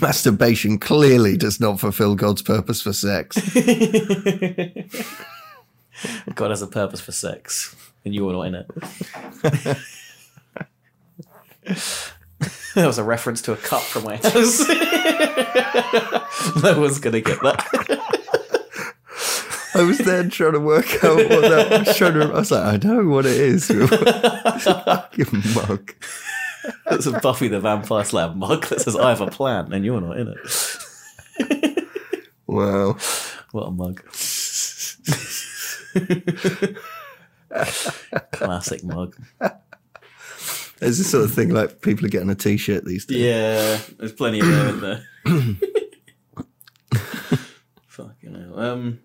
B: Masturbation clearly does not fulfill God's purpose for sex.
A: God has a purpose for sex, and you're not in it. that was a reference to a cup from my house. no one's gonna get that.
B: I was then trying to work out what that I was trying to. I was like, I know what it is. It's a fucking mug.
A: That's a Buffy the Vampire Slayer mug that says "I have a plan," and you're not in it.
B: Wow.
A: What a mug! Classic mug.
B: It's the sort of thing like people are getting a t shirt these days.
A: Yeah, there's plenty of them in there. Fucking hell. Um,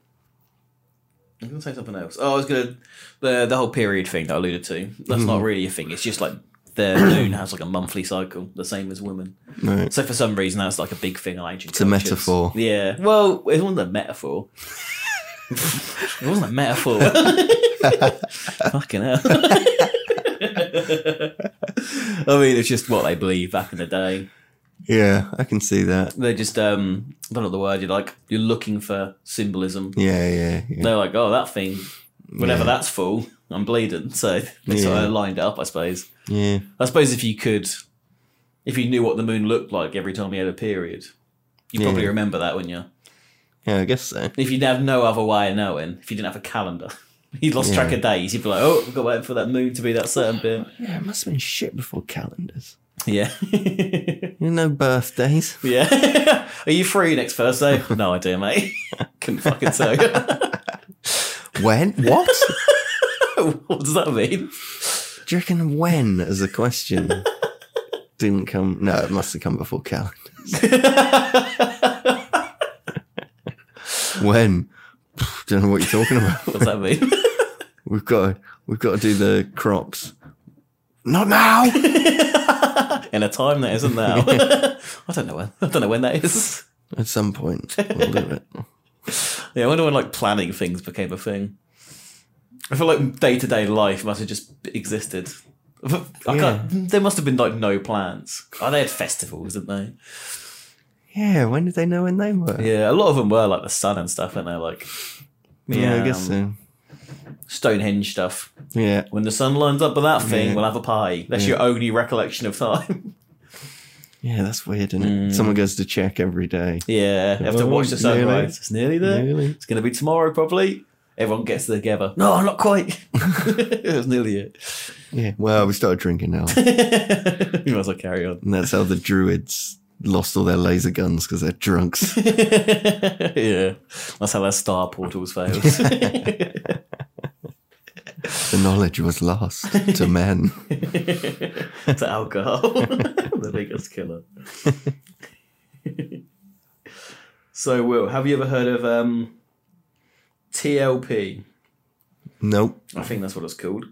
A: I was gonna say something else. Oh, I was gonna the the whole period thing that I alluded to. That's
B: Mm-hmm.
A: not really a thing. It's just like the moon has like a monthly cycle, the same as women.
B: Right.
A: So for some reason, that's like a big thing on ancient.
B: It's a
A: cultures.
B: metaphor.
A: Yeah. Well, it wasn't a metaphor. it wasn't a metaphor. Fucking hell. I mean, it's just what they believe back in the day
B: Yeah, I can see that.
A: they're just um I don't know the word you're like you're looking for symbolism
B: Yeah, yeah, yeah.
A: they're like oh that thing whenever
B: Yeah.
A: that's full i'm bleeding so they sort
B: Yeah.
A: of lined it up i suppose
B: yeah.
A: i suppose if you could if you knew what the moon looked like every time you had a period you probably
B: Yeah.
A: remember that wouldn't you
B: Yeah, I guess so.
A: if you'd have no other way of knowing if you didn't have a calendar you'd lost track of days you'd be like oh i've got to wait for that moon to be that certain bit
B: Yeah, it must have been shit before calendars.
A: yeah
B: You know, birthdays.
A: yeah are you free next thursday no idea mate couldn't fucking tell you
B: When? What?
A: what does that mean?
B: Do you reckon when as a question didn't come? No, it must have come before calendars. when? Pff, Don't know what you're talking about.
A: What does that mean?
B: We've got to, we've got to do the crops. Not now.
A: in a time that isn't now. I don't know when. I don't know when that is.
B: At some point, we'll do it.
A: Yeah, I wonder when like planning things became a thing. I feel like day to day life must have just existed. I can't- There must have been like no plans. Oh, they had festivals, didn't they?
B: Yeah, when did they know when they were?
A: Yeah, a lot of them were like the sun and stuff, weren't they? Like,
B: Yeah, I guess
A: um,
B: so.
A: Stonehenge stuff.
B: Yeah.
A: When the sun lines up with that thing,
B: Yeah.
A: we'll have a party. That's
B: Yeah.
A: your only recollection of time.
B: Yeah, that's weird, isn't it?
A: Mm.
B: Someone goes to check every day.
A: yeah, you have to
B: Well,
A: watch the
B: nearly.
A: sunrise. It's nearly there.
B: Nearly.
A: It's going to be tomorrow, probably. Everyone gets together. No, not quite. it was nearly it.
B: Yeah. Well, we started drinking now.
A: you might as well carry on.
B: and that's how the druids lost all their laser guns because they're drunks.
A: yeah, that's how their star portals failed.
B: the knowledge was lost to men.
A: to alcohol, the biggest killer. so, Will, have you ever heard of um, TLP?
B: Nope.
A: I think that's what it's called.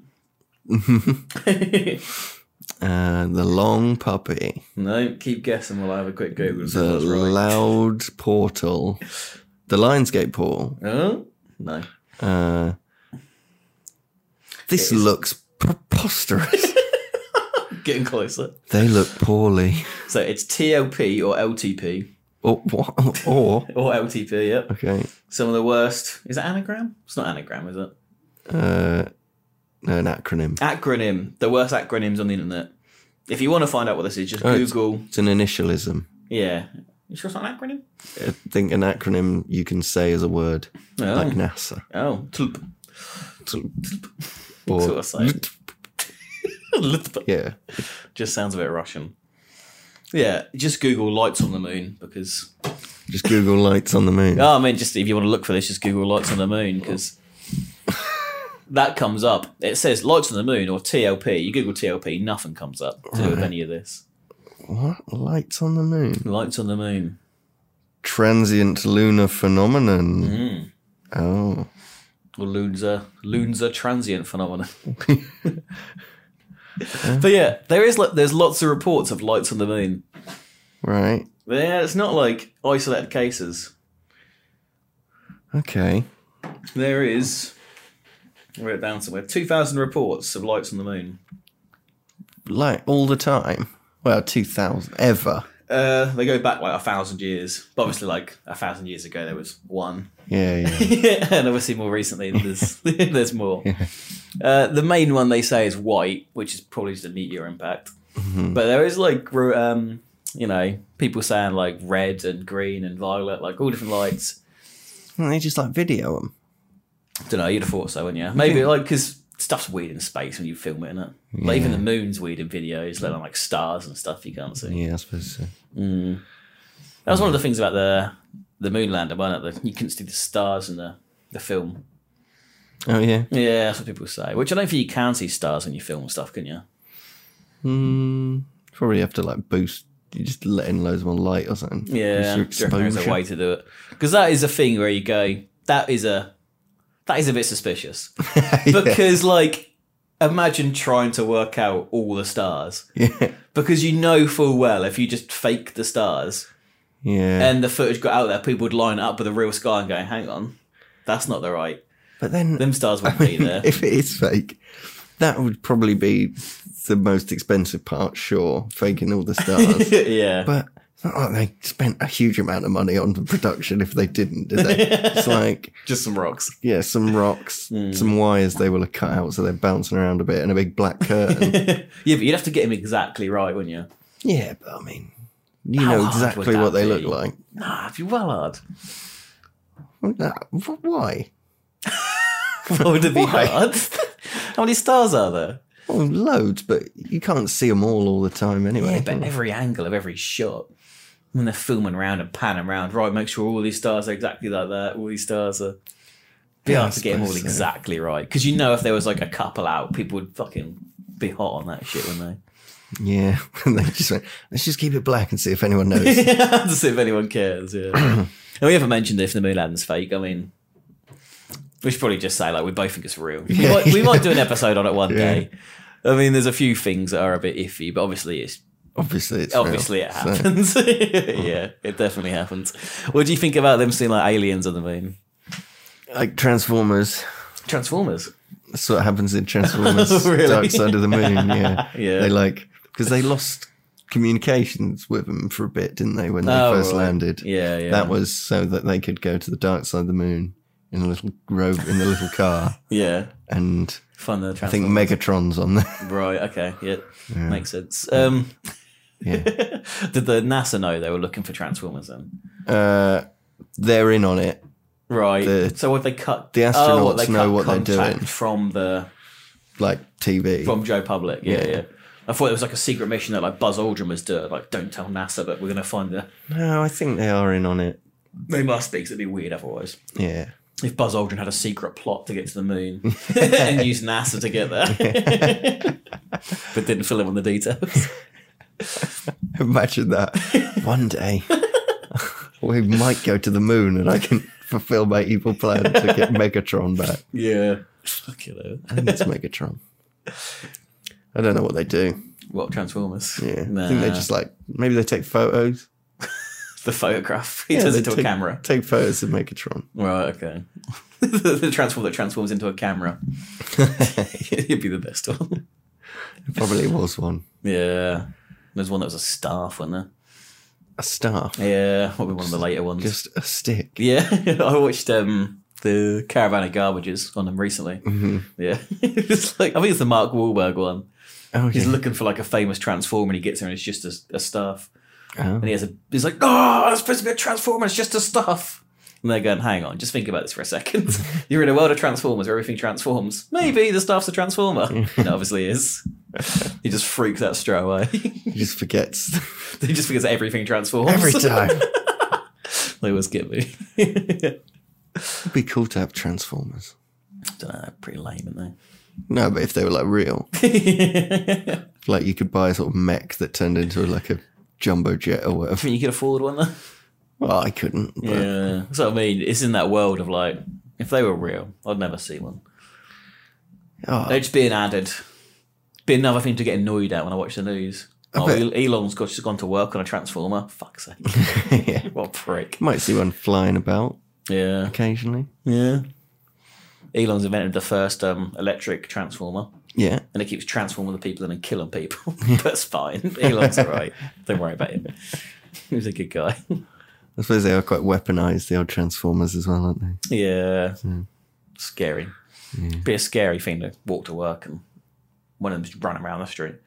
B: Uh, the long puppy.
A: no, keep guessing while I have a quick Google. and see if
B: The
A: that's right.
B: loud portal. The Lionsgate portal.
A: Huh? No.
B: Uh, this looks preposterous.
A: Getting closer.
B: they look poorly.
A: So it's TLP or LTP.
B: Or, or, or
A: Or LTP, yep.
B: okay.
A: Some of the worst. Is it anagram? It's not anagram, is it?
B: Uh, no, an acronym.
A: Acronym. The worst acronyms on the internet. If you want to find out what this is, just
B: Oh, it's-
A: Google.
B: It's an initialism.
A: Yeah. You sure it's not an acronym?
B: I think an acronym you can say as a word,
A: Oh.
B: like NASA.
A: Oh, tloop.
B: Or,
A: Sort of say. Lithup.
B: yeah.
A: Just sounds a bit Russian. Yeah, just Google lights on the moon because.
B: Just Google lights on the moon.
A: Oh, I mean, just if you want to look for this, just Google lights on the moon because that comes up. It says lights on the moon or TLP. You Google TLP, nothing comes up to do with any of this.
B: What? Lights on the moon?
A: Lights on the moon.
B: Transient lunar phenomenon.
A: Hmm.
B: Oh.
A: or Lunza Lunza transient phenomenon. but yeah, there is like there's lots of reports of lights on the moon.
B: Right.
A: Yeah, it's not like isolated cases.
B: Okay.
A: There is. I wrote it down somewhere. Two thousand reports of lights on the moon.
B: Like all the time. Well, 2000. Ever.
A: Uh, they go back like a thousand years. But obviously, like a thousand years ago, there was one.
B: Yeah, yeah.
A: and obviously more recently there's there's more. Uh, the main one they say is white, which is probably just a meteor impact. But there is like ro- um, you know people saying like red and green and violet, like all different lights.
B: And they just like video them.
A: Don't know. You'd have thought so, wouldn't you? Maybe like because stuff's weird in space when you film it, innit? Like even the moon's weird in videos, let alone like stars and stuff you can't see.
B: Yeah, I suppose so.
A: That was one of the things about the the moon lander, wasn't it? That you couldn't see the stars in the the film.
B: Oh, yeah.
A: Yeah, that's what people say. Which I don't think you can see stars when you film and stuff, can you?
B: Mm, probably have to like boost. You just let in loads more light or something.
A: Yeah,
B: Boost
A: do you reckon
B: your
A: there's a way
B: exposure.
A: to do it because that is a thing where you go, that is a that is a bit suspicious because like imagine trying to work out all the stars
B: Yeah.
A: because you know full well if you just fake the stars
B: Yeah.
A: and the footage got out there, people would line up with the real sky and go, hang on, that's not the right.
B: but then
A: Them stars wouldn't be there.
B: if it is fake, that would probably be the most expensive part, sure, faking all the stars.
A: yeah,
B: but it's not like they spent a huge amount of money on the production if they didn't, did they? it's like,
A: just some rocks.
B: yeah, some rocks,
A: Hmm.
B: some wires they will have cut out so they're bouncing around a bit and a big black curtain.
A: yeah, but you'd have to get them exactly right, wouldn't you?
B: yeah, but I mean, you
A: How
B: know
A: hard would
B: exactly
A: that
B: what they
A: be?
B: look like.
A: Nah, it'd be well hard.
B: Well, no, wh- Why?
A: Why would it be
B: Why?
A: hard? How many stars are there?
B: Oh, loads, but you can't see them all all the time anyway.
A: Yeah, but every angle of every shot, when they're filming round and panning round, right, make sure all these stars are exactly like that. All these stars are. Be
B: Yeah,
A: hard
B: I
A: to get them all
B: suppose so.
A: exactly right because you know if there was like a couple out, people would fucking be hot on that shit, wouldn't
B: Yeah, and they just went, let's just keep it black and see if anyone knows.
A: they? to see if anyone cares. Yeah. and we haven't mentioned if the moon landing's fake. I mean, we should probably just say like we both think it's real. We,
B: Yeah.
A: might, we might do an episode on it one
B: Yeah.
A: day. I mean, there's a few things that are a bit iffy, but obviously it's
B: Obviously, it's real,
A: obviously it
B: so-
A: happens. yeah, it definitely happens. What do you think about them seeing like aliens on the moon?
B: like Transformers.
A: Transformers.
B: That's what happens in Transformers:
A: Really?
B: Dark Side of the Moon. Yeah,
A: Yeah.
B: They like because they lost communications with them for a bit, didn't they, when they
A: Oh,
B: first
A: right.
B: landed?
A: Yeah, yeah.
B: That was so that they could go to the dark side of the moon in a little robe in the little car,
A: yeah.
B: and
A: Fun the
B: I think
A: Transformers.
B: Megatron's on there.
A: Right, okay. Yeah.
B: Yeah.
A: Makes sense. Um
B: Yeah.
A: Did the NASA know they were looking for Transformers then?
B: Uh, they're in on it.
A: Right.
B: The-
A: so what they cut
B: the
A: oh, what,
B: astronauts know
A: cut
B: what they're
A: contact
B: doing.
A: from the
B: Like TV.
A: from Joe Public. Yeah,
B: Yeah.
A: yeah. I thought it was like a secret mission that like Buzz Aldrin was doing. Like, don't tell NASA, but we're gonna find the.
B: no, I think they are in on it.
A: They must be. 'cause it'd be weird otherwise.
B: Yeah.
A: If Buzz Aldrin had a secret plot to get to the moon and use NASA to get there, but didn't fill him on the details.
B: Imagine that. One day we might go to the moon and I can fulfill my evil plan to get Megatron back.
A: Yeah. Fucking hell.
B: I think it's Megatron. I don't know what they do.
A: What Transformers?
B: Yeah. I
A: Nah.
B: think they just like maybe they take photos.
A: the photograph. He
B: Yeah,
A: turns
B: they
A: into a
B: take-
A: camera.
B: Take photos of Megatron.
A: Right, okay. the transform that transforms into a camera. It'd be the best one.
B: Probably was one.
A: Yeah. There's one that was a staff, wasn't
B: A staff.
A: there? Yeah, probably one of the later ones.
B: Just a stick.
A: Yeah, I watched um, the Caravan of Garbages on them recently.
B: Mhm.
A: Yeah, it's like I think it's the Mark Wahlberg one.
B: Oh,
A: He's
B: yeah.
A: looking for like a famous transformer, and he gets there, and it's just a, a staff.
B: Oh.
A: And he has a, he's like, "Oh, it's supposed to be a transformer. It's just a staff." And they're going, "Hang on, just think about this for a second. You're in a world of transformers where everything transforms. Maybe the staff's a transformer. it obviously is. He just freaks out straight away.
B: He just forgets
A: he just figures everything transforms
B: every time.
A: they always get me.
B: It'd be cool to have Transformers.
A: don't know, they're pretty lame,
B: No, but if they were like real,
A: aren't they?
B: like you could buy a sort of mech that turned into like a jumbo jet or
A: I
B: whatever.
A: think you could afford one though.
B: Well, I couldn't. But
A: Yeah. So I mean, it's in that world of like, if they were real, I'd never see one.
B: Oh,
A: They're just being added. Be another thing to get annoyed at when I watch the news. Oh,
B: bet-
A: El- Elon's got, just gone to work on a transformer. Fuck's sake.
B: yeah.
A: what a prick.
B: Might see one flying about
A: Yeah.
B: occasionally.
A: Yeah. Elon's invented the first um, electric transformer.
B: Yeah.
A: and it keeps transforming the people and then killing people. That's fine. Elon's all right. Don't worry about him. He's a good guy.
B: I suppose they are quite weaponized, the old Transformers as well, aren't they?
A: Yeah.
B: Hmm.
A: Scary. Be a scary thing to walk to work and one of them just running around the street.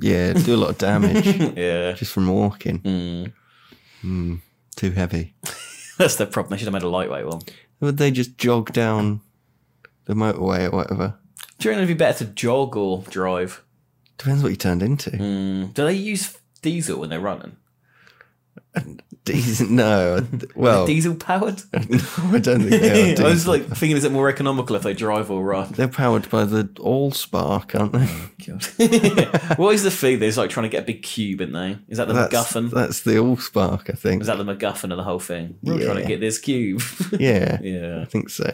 B: Yeah, do a lot of damage
A: Yeah.
B: just from walking.
A: Hmm.
B: Mm, too heavy.
A: That's the problem. They should have made a lightweight one.
B: Would they just jog down the motorway or whatever?
A: Do you reckon it'd be better to jog or drive?
B: Depends what you turned into.
A: Mm. Do they use diesel when they're running?
B: Diesel? No. Well,
A: Diesel powered?
B: no, I don't think they are.
A: I was
B: Oh. diesel.
A: like thinking, is it more economical if they drive or run?
B: They're powered by the all spark, aren't they?
A: God. what is the thing? There's like trying to get a big cube, isn't they? Is that the MacGuffin?
B: That's the all spark, I think.
A: Is that the MacGuffin of the whole thing? We're trying
B: Yeah.
A: to get this cube.
B: yeah, I
A: yeah.
B: think so.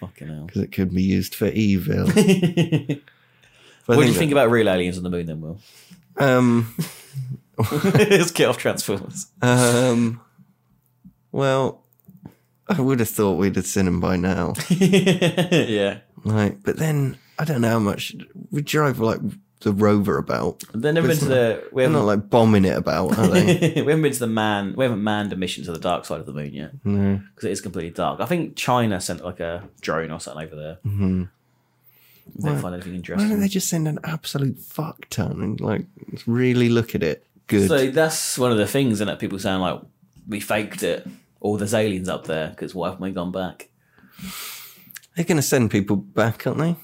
A: Fucking hell.
B: Because it could be used for evil.
A: what do you think about real aliens on the moon then, Will?
B: Um,
A: Let's get off Transformers.
B: um, well, I would have thought we'd have seen them by now.
A: yeah.
B: Like, but then I don't know how much we drive like the rover about.
A: They've never been to the we
B: They're
A: haven't,
B: not like bombing it about, are they?
A: we haven't been to the man we haven't manned a mission to the dark side of the moon yet.
B: no.
A: Because it is completely dark. I think China sent like a drone or something over there.
B: Mhm.
A: They didn't
B: Why-
A: find anything
B: Why don't
A: interesting.
B: they just send an absolute fuck ton and like really look at it? Good.
A: So that's one of the things, isn't it? People sound like we faked it. Or there's aliens up there, because why haven't we gone back?
B: They're going to send people back, aren't they?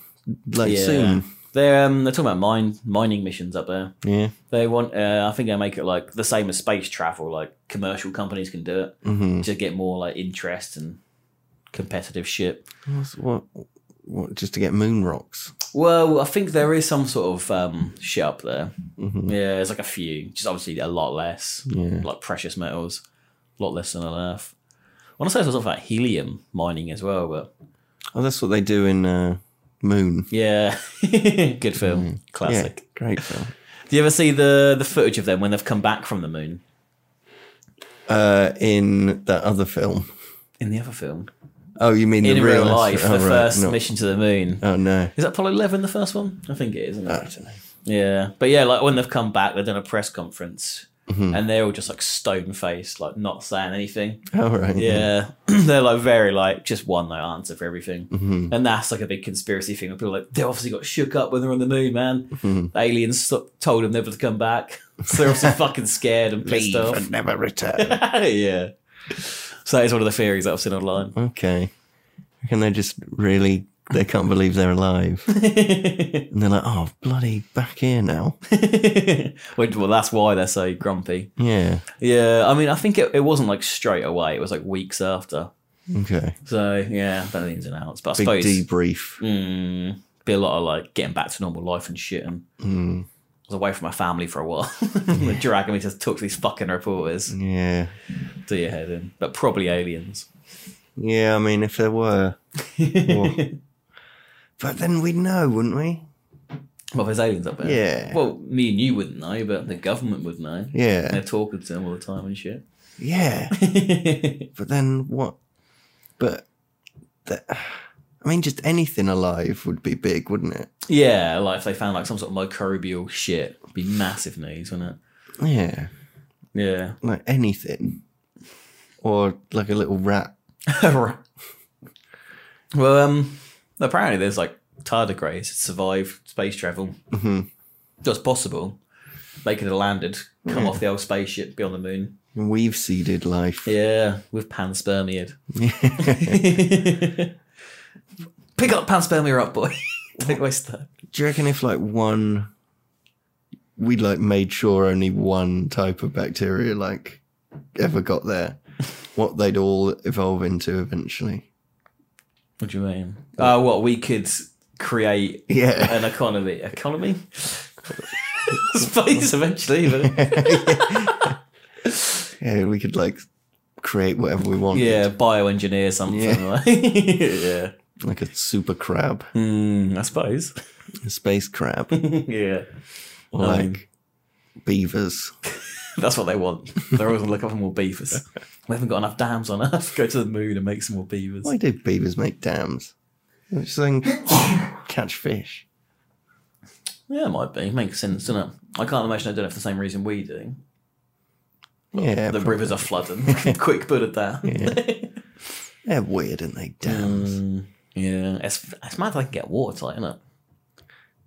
B: Like
A: Yeah.
B: soon.
A: They're um, they're talking about mine mining missions up there.
B: Yeah.
A: They want uh, I think they make it like the same as space travel. Like commercial companies can do it
B: hmm
A: to get more like interest and competitive shit.
B: What's, what, what? Just to get moon rocks.
A: Well, I think there is some sort of um, shit up there.
B: hmm
A: Yeah, there's like a few, just obviously a lot less,
B: Yeah.
A: like precious metals, a lot less than on Earth. I want to say there's something like helium mining as well, but
B: Oh, that's what they do in uh, Moon.
A: Yeah, good film, classic.
B: Mm. Yeah, great film.
A: Do you ever see the the footage of them when they've come back from the moon
B: Uh, in that other film.
A: in the other film?
B: Oh, you mean
A: In
B: the
A: real
B: real
A: life,
B: oh,
A: the
B: right,
A: first
B: not-
A: mission to the moon.
B: Oh no,
A: Is that Apollo 11, the first one? I think it is, isn't it?
B: I don't know.
A: Yeah, but yeah, like when they've come back, they've done a press conference, and they're all just like stone faced, like not saying anything.
B: All right.
A: Yeah, they're like very like just one like answer for everything, and that's like a big conspiracy thing. Where people are like they obviously got shook up when they're on the moon, man. Aliens st- told them never to come back, so they're obviously fucking scared and pissed
B: Leave
A: off.
B: and never return.
A: yeah, so that is one of the theories that I've seen online.
B: okay. Can they just really? They can't believe they're alive, and they're like, "Oh, bloody back here now."
A: well, well, that's why they're so grumpy.
B: Yeah.
A: Yeah, I mean, I think it, it wasn't like straight away. It was like weeks after.
B: Okay.
A: So yeah, I don't think it's an outs, but I
B: Big
A: suppose
B: debrief.
A: mm, be a lot of like getting back to normal life and shit. And
B: Mm,
A: I was away from my family for a while, They're dragging me to talk to these fucking reporters.
B: yeah. Mm.
A: Do your head in, but probably aliens.
B: Yeah. I mean, if there were, Well- but then we'd know, wouldn't we?
A: well, there's aliens up there.
B: Yeah.
A: Well, me and you wouldn't know, but the government would know. And
B: Yeah.
A: they're talking to them all the time and shit.
B: Yeah. But then what? But the, I mean, just anything alive would be big, wouldn't it?
A: yeah, like if they found like some sort of microbial shit, it'd be massive news, wouldn't it?
B: Yeah,
A: Yeah.
B: like anything, or like a little rat.
A: well, um, apparently there's like tardigrades that survive space travel.
B: Mhm.
A: That's possible. They could have landed, come off the old spaceship, be on the moon.
B: We've seeded life.
A: Yeah, with panspermia. Pick up panspermia up, boy. Don't waste that.
B: Do you reckon if like one, we like made sure only one type of bacteria like ever got there, what they'd all evolve into eventually?
A: What do you mean? Oh, what we could create
B: Yeah.
A: an economy. Economy? Space eventually, but
B: Yeah, we could like create whatever we want.
A: yeah, bioengineer something.
B: Yeah.
A: yeah.
B: Like a super crab,
A: Mm, I suppose.
B: a space crab.
A: yeah. Um,
B: Or like beavers.
A: That's what they want. They're always looking for more beavers. We haven't got enough dams on Earth. Go to the moon and make some more beavers.
B: Why do beavers make dams? It's saying catch fish.
A: Yeah, it might be. Makes sense, doesn't it? I can't imagine they don't it for the same reason we do.
B: Yeah,
A: The
B: prob-
A: rivers are flooding. Quick, put it down. Yeah.
B: they're weird, aren't they? Dams.
A: Mm. yeah. It's, it's mad they can get watertight, isn't it?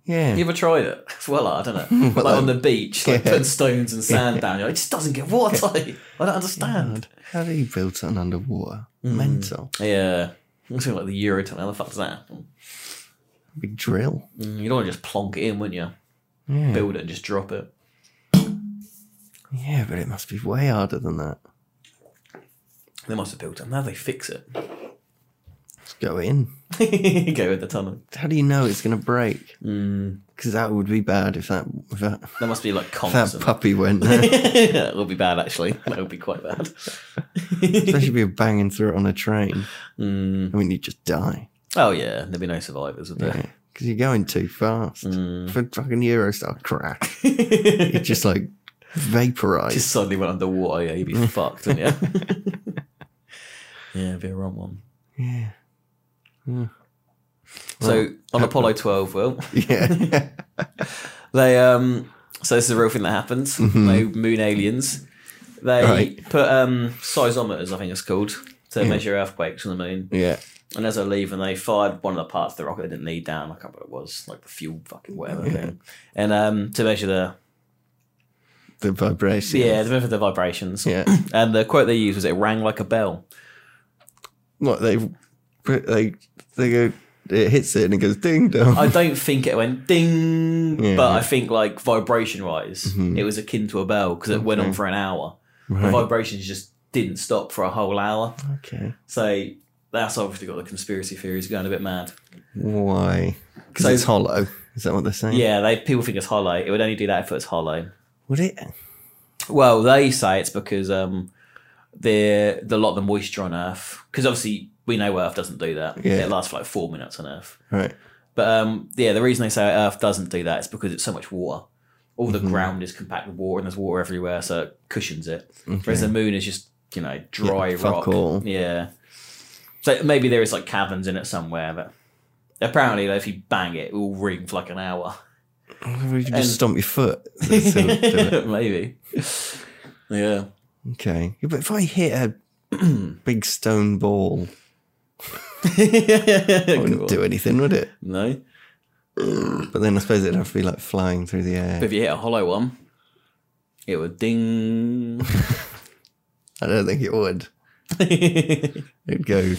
B: Yeah.
A: You ever tried it? Well, I don't know. Like on the beach, like
B: Yeah.
A: putting stones and sand down. You're like, it just doesn't get watertight. I don't understand. Mm.
B: How do you build something underwater? Mental.
A: Yeah. It's like the Eurotunnel. How the fuck's that? Mm,
B: Big drill.
A: You don't want to just plonk it in, wouldn't you?
B: Yeah.
A: Build it and just drop it.
B: yeah, but it must be way harder than that.
A: They must have built it. Now they fix it.
B: Just go in.
A: Go in the tunnel.
B: How do you know it's going to break?
A: Mm.
B: Because that would be bad if that if that,
A: There must be like
B: if that
A: constant.
B: puppy went there.
A: that would be bad, actually. That would be quite bad.
B: Especially if you're banging through it on a train.
A: Mm.
B: I mean, you just die.
A: Oh yeah, there'd be no survivors, would there?
B: Because you're going too fast.
A: Mm.
B: For fucking Eurostar crack. It just like vaporized.
A: Just suddenly went underwater. Yeah, you'd be fucked, wouldn't you? yeah, it'd be a wrong one.
B: yeah.
A: So on Apollo 12, Will,
B: Yeah.
A: they um so this is a real thing that happens. They moon aliens. They
B: Right.
A: put um seismometers, I think it's called, to measure earthquakes on the moon.
B: yeah.
A: And as I leave, and they fired one of the parts of the rocket they didn't need down. I can't remember what it was, like the fuel, fucking whatever. Thing. And um, to measure the
B: The vibration.
A: yeah, to measure the vibrations.
B: Yeah.
A: And the quote they used was, "It rang like a bell."
B: What they they they go it hits it and it goes ding dong.
A: I don't think it went ding,
B: Yeah. Mm-hmm.
A: but I think like vibration wise, it was akin to a bell because it went on for an hour. The vibrations just didn't stop for a whole hour.
B: okay.
A: So that's obviously got the conspiracy theories going a bit mad.
B: Why? Because
A: So-
B: it's hollow. Is that what they're saying?
A: Yeah, they people think it's hollow. It would only do that if it was hollow.
B: Would it?
A: Well, they say it's because um, the the lot of the moisture on Earth, because obviously we know Earth doesn't do that.
B: Yeah.
A: It lasts for like four minutes on Earth.
B: Right.
A: But um, yeah, the reason they say Earth doesn't do that is because it's so much water. All
B: Mm-hmm.
A: the ground is compact with water, and there's water everywhere, so it cushions it. Whereas the moon is just you know dry
B: Yeah, fuck
A: rock.
B: all.
A: Yeah. So maybe there is like caverns in it somewhere, but apparently, like, if you bang it, it will ring for like an hour.
B: Or you can
A: And-
B: just stomp your foot. That's still- do it.
A: maybe. Yeah.
B: okay. Yeah, but if I hit a big stone ball, it wouldn't
A: Cool.
B: do anything, would it?
A: No.
B: But then I suppose it'd have to be like flying through the air.
A: But if you hit a hollow one, it would ding.
B: I don't think it would. It'd go.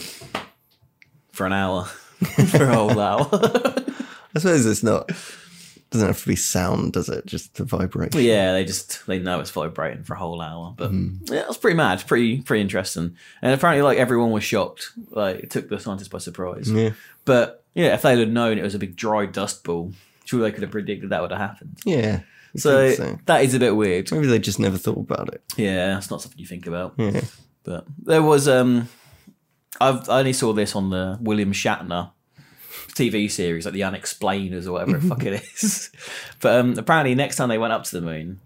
A: for an hour. for a whole hour.
B: I suppose it's not. Doesn't have to be sound, does it? Just the vibration.
A: yeah, they just they know it's vibrating for a whole hour. But yeah, it was pretty mad, pretty pretty interesting. And apparently like everyone was shocked. Like it took the scientists by surprise.
B: Yeah.
A: But yeah, if they'd have known it was a big dry dust ball, surely they could have predicted that would have happened.
B: Yeah. I
A: So,
B: think so.
A: that is a bit weird.
B: Maybe they just never thought about it.
A: Yeah, that's not something you think about.
B: Yeah.
A: But there was um, I've I only saw this on the William Shatner TV series, like the Unexplainers or whatever the fuck it is. But um, apparently, next time they went up to the moon,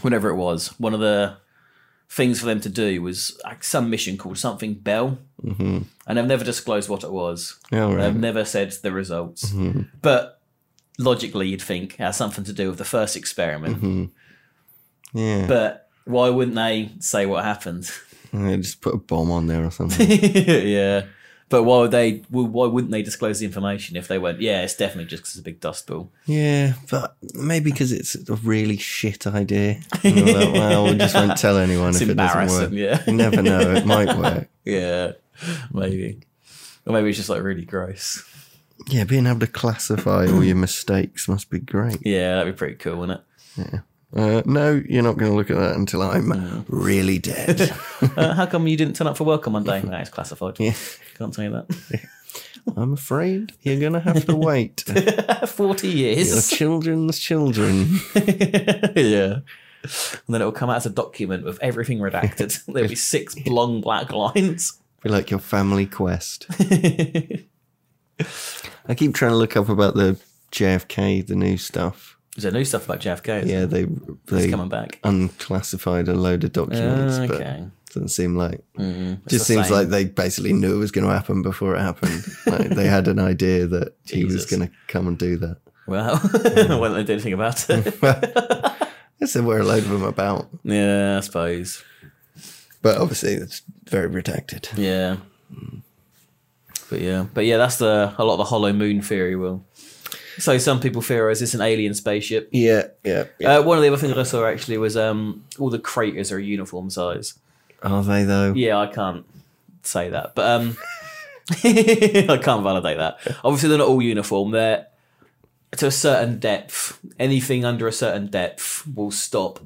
A: whatever it was, one of the things for them to do was like, some mission called something Bell,
B: Mm-hmm.
A: and I've never disclosed what it was.
B: Yeah, all
A: And
B: right. Mm-hmm.
A: I've never said the results, but logically, you'd think it has something to do with the first experiment.
B: yeah.
A: But why wouldn't they say what happened?
B: And they just put a bomb on there or something.
A: yeah. But why would they? well, Why wouldn't they disclose the information if they went? Yeah, it's definitely just 'cause it's a big dust ball.
B: yeah, but maybe because it's a really shit idea. And we're like, well, we just won't tell anyone
A: It's
B: if it doesn't work.
A: embarrassing. Yeah,
B: You never know. It might work.
A: yeah, maybe. Or maybe it's just like really gross.
B: Yeah, being able to classify all your mistakes must be great.
A: Yeah, that'd be pretty cool, wouldn't
B: Uh, no, you're not going to look at that until I'm really dead.
A: it? uh, how come you didn't turn up for work on Monday? No, it's classified.
B: Yeah.
A: Can't tell you
B: I'm afraid you're going to have to wait.
A: that. Forty
B: Your
A: years.
B: children's children.
A: yeah. And then it'll come out as a document with everything redacted. There'll be six long black lines.
B: Be like your family quest. I keep trying to look up about the JFK, the new stuff.
A: Is there new stuff about JFK?
B: Yeah, they
A: It's
B: they
A: coming back.
B: unclassified a load of documents,
A: Ah,
B: but
A: okay.
B: doesn't seem like.
A: Mm, it's
B: just
A: the
B: seems
A: same.
B: like they basically knew it was going to happen before it happened. like they had an idea that he was
A: Jesus.
B: going to come and do that.
A: Well, why don't they do anything about it?
B: That's where a load of them about,
A: yeah, I suppose.
B: but obviously it's very redacted.
A: Yeah. But yeah, but yeah, that's the a lot of the hollow moon theory. Will so some people theorize it's an alien spaceship.
B: Yeah, yeah. yeah.
A: Uh, one of the other things I saw actually was um, all the craters are uniform size.
B: Are they though?
A: Yeah, I can't say that, but um, I can't validate that. Obviously, they're not all uniform. They're to a certain depth. Anything under a certain depth will stop,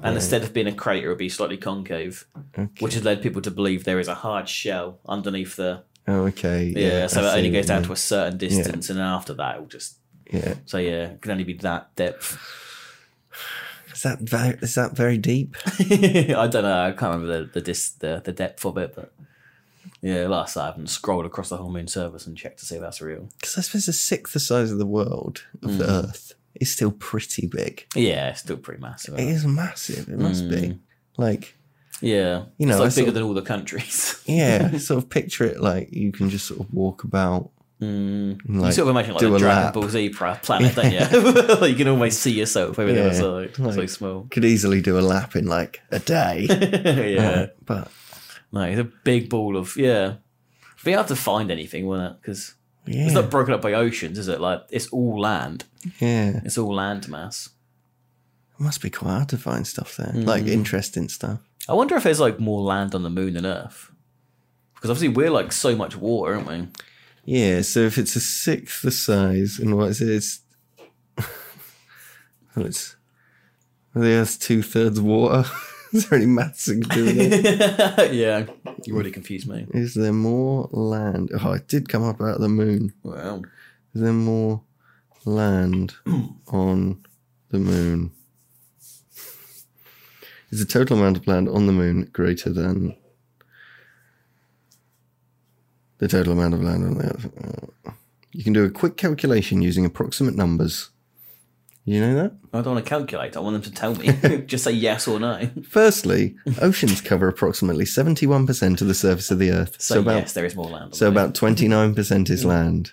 A: and instead of being a crater, it'll be slightly concave,
B: Okay.
A: which has led people to believe there is a hard shell underneath the.
B: Oh, okay.
A: Yeah, so
B: I
A: it only
B: see
A: goes
B: what
A: down
B: you
A: to a certain distance, and then after that, it'll just.
B: mean. Yeah.
A: So yeah, it can only be that depth.
B: Is that very, is that very deep?
A: I don't know. I can't remember the the, dis, the the depth of it, but yeah, last I haven't scrolled across the whole moon surface and checked to see if that's real.
B: Because I suppose a sixth the size of the world of the
A: Mm.
B: Earth is still pretty big.
A: Yeah, it's still pretty massive.
B: It is massive. It must
A: Mm.
B: be like
A: Yeah,
B: You know,
A: it's
B: I
A: like
B: sort
A: bigger
B: of-
A: than all the countries.
B: yeah, sort of picture it like you can just sort of walk about.
A: Mm.
B: And,
A: you
B: like,
A: sort of imagine like
B: do
A: the
B: a
A: Dragon
B: lap.
A: Ball Zebra planet, don't you? like you can almost see yourself over
B: Yeah,
A: there. So, like, so
B: like-
A: small.
B: Could easily do a lap in like a day.
A: yeah,
B: but
A: no, it's a big ball of yeah. But you have to find anything, wouldn't it? Because
B: yeah,
A: it's not broken up by oceans, is it? Like it's all land.
B: yeah, it
A: It's all land mass.
B: must be quite hard to find stuff there,
A: Mm.
B: like interesting stuff.
A: I wonder if there's like more land on the moon than Earth. Because obviously we're like so much water, aren't we?
B: Yeah, so if it's a sixth the size, and what is it? It's, well, it's well, the Earth's two thirds water. is there any maths you can do with that?
A: yeah, you really confused me.
B: Is there more land? Oh, it did come up out of the moon.
A: Wow.
B: Is there more land on the moon? Is the total amount of land on the moon greater than the total amount of land on the Earth? Uh, You can do a quick calculation using approximate numbers. You know that?
A: I don't want to calculate. I want them to tell me. Just say yes or no.
B: Firstly, oceans cover approximately 71% of the surface of the Earth.
A: So,
B: about
A: yes, there is more land. on
B: so
A: the moon.
B: about 29% is land.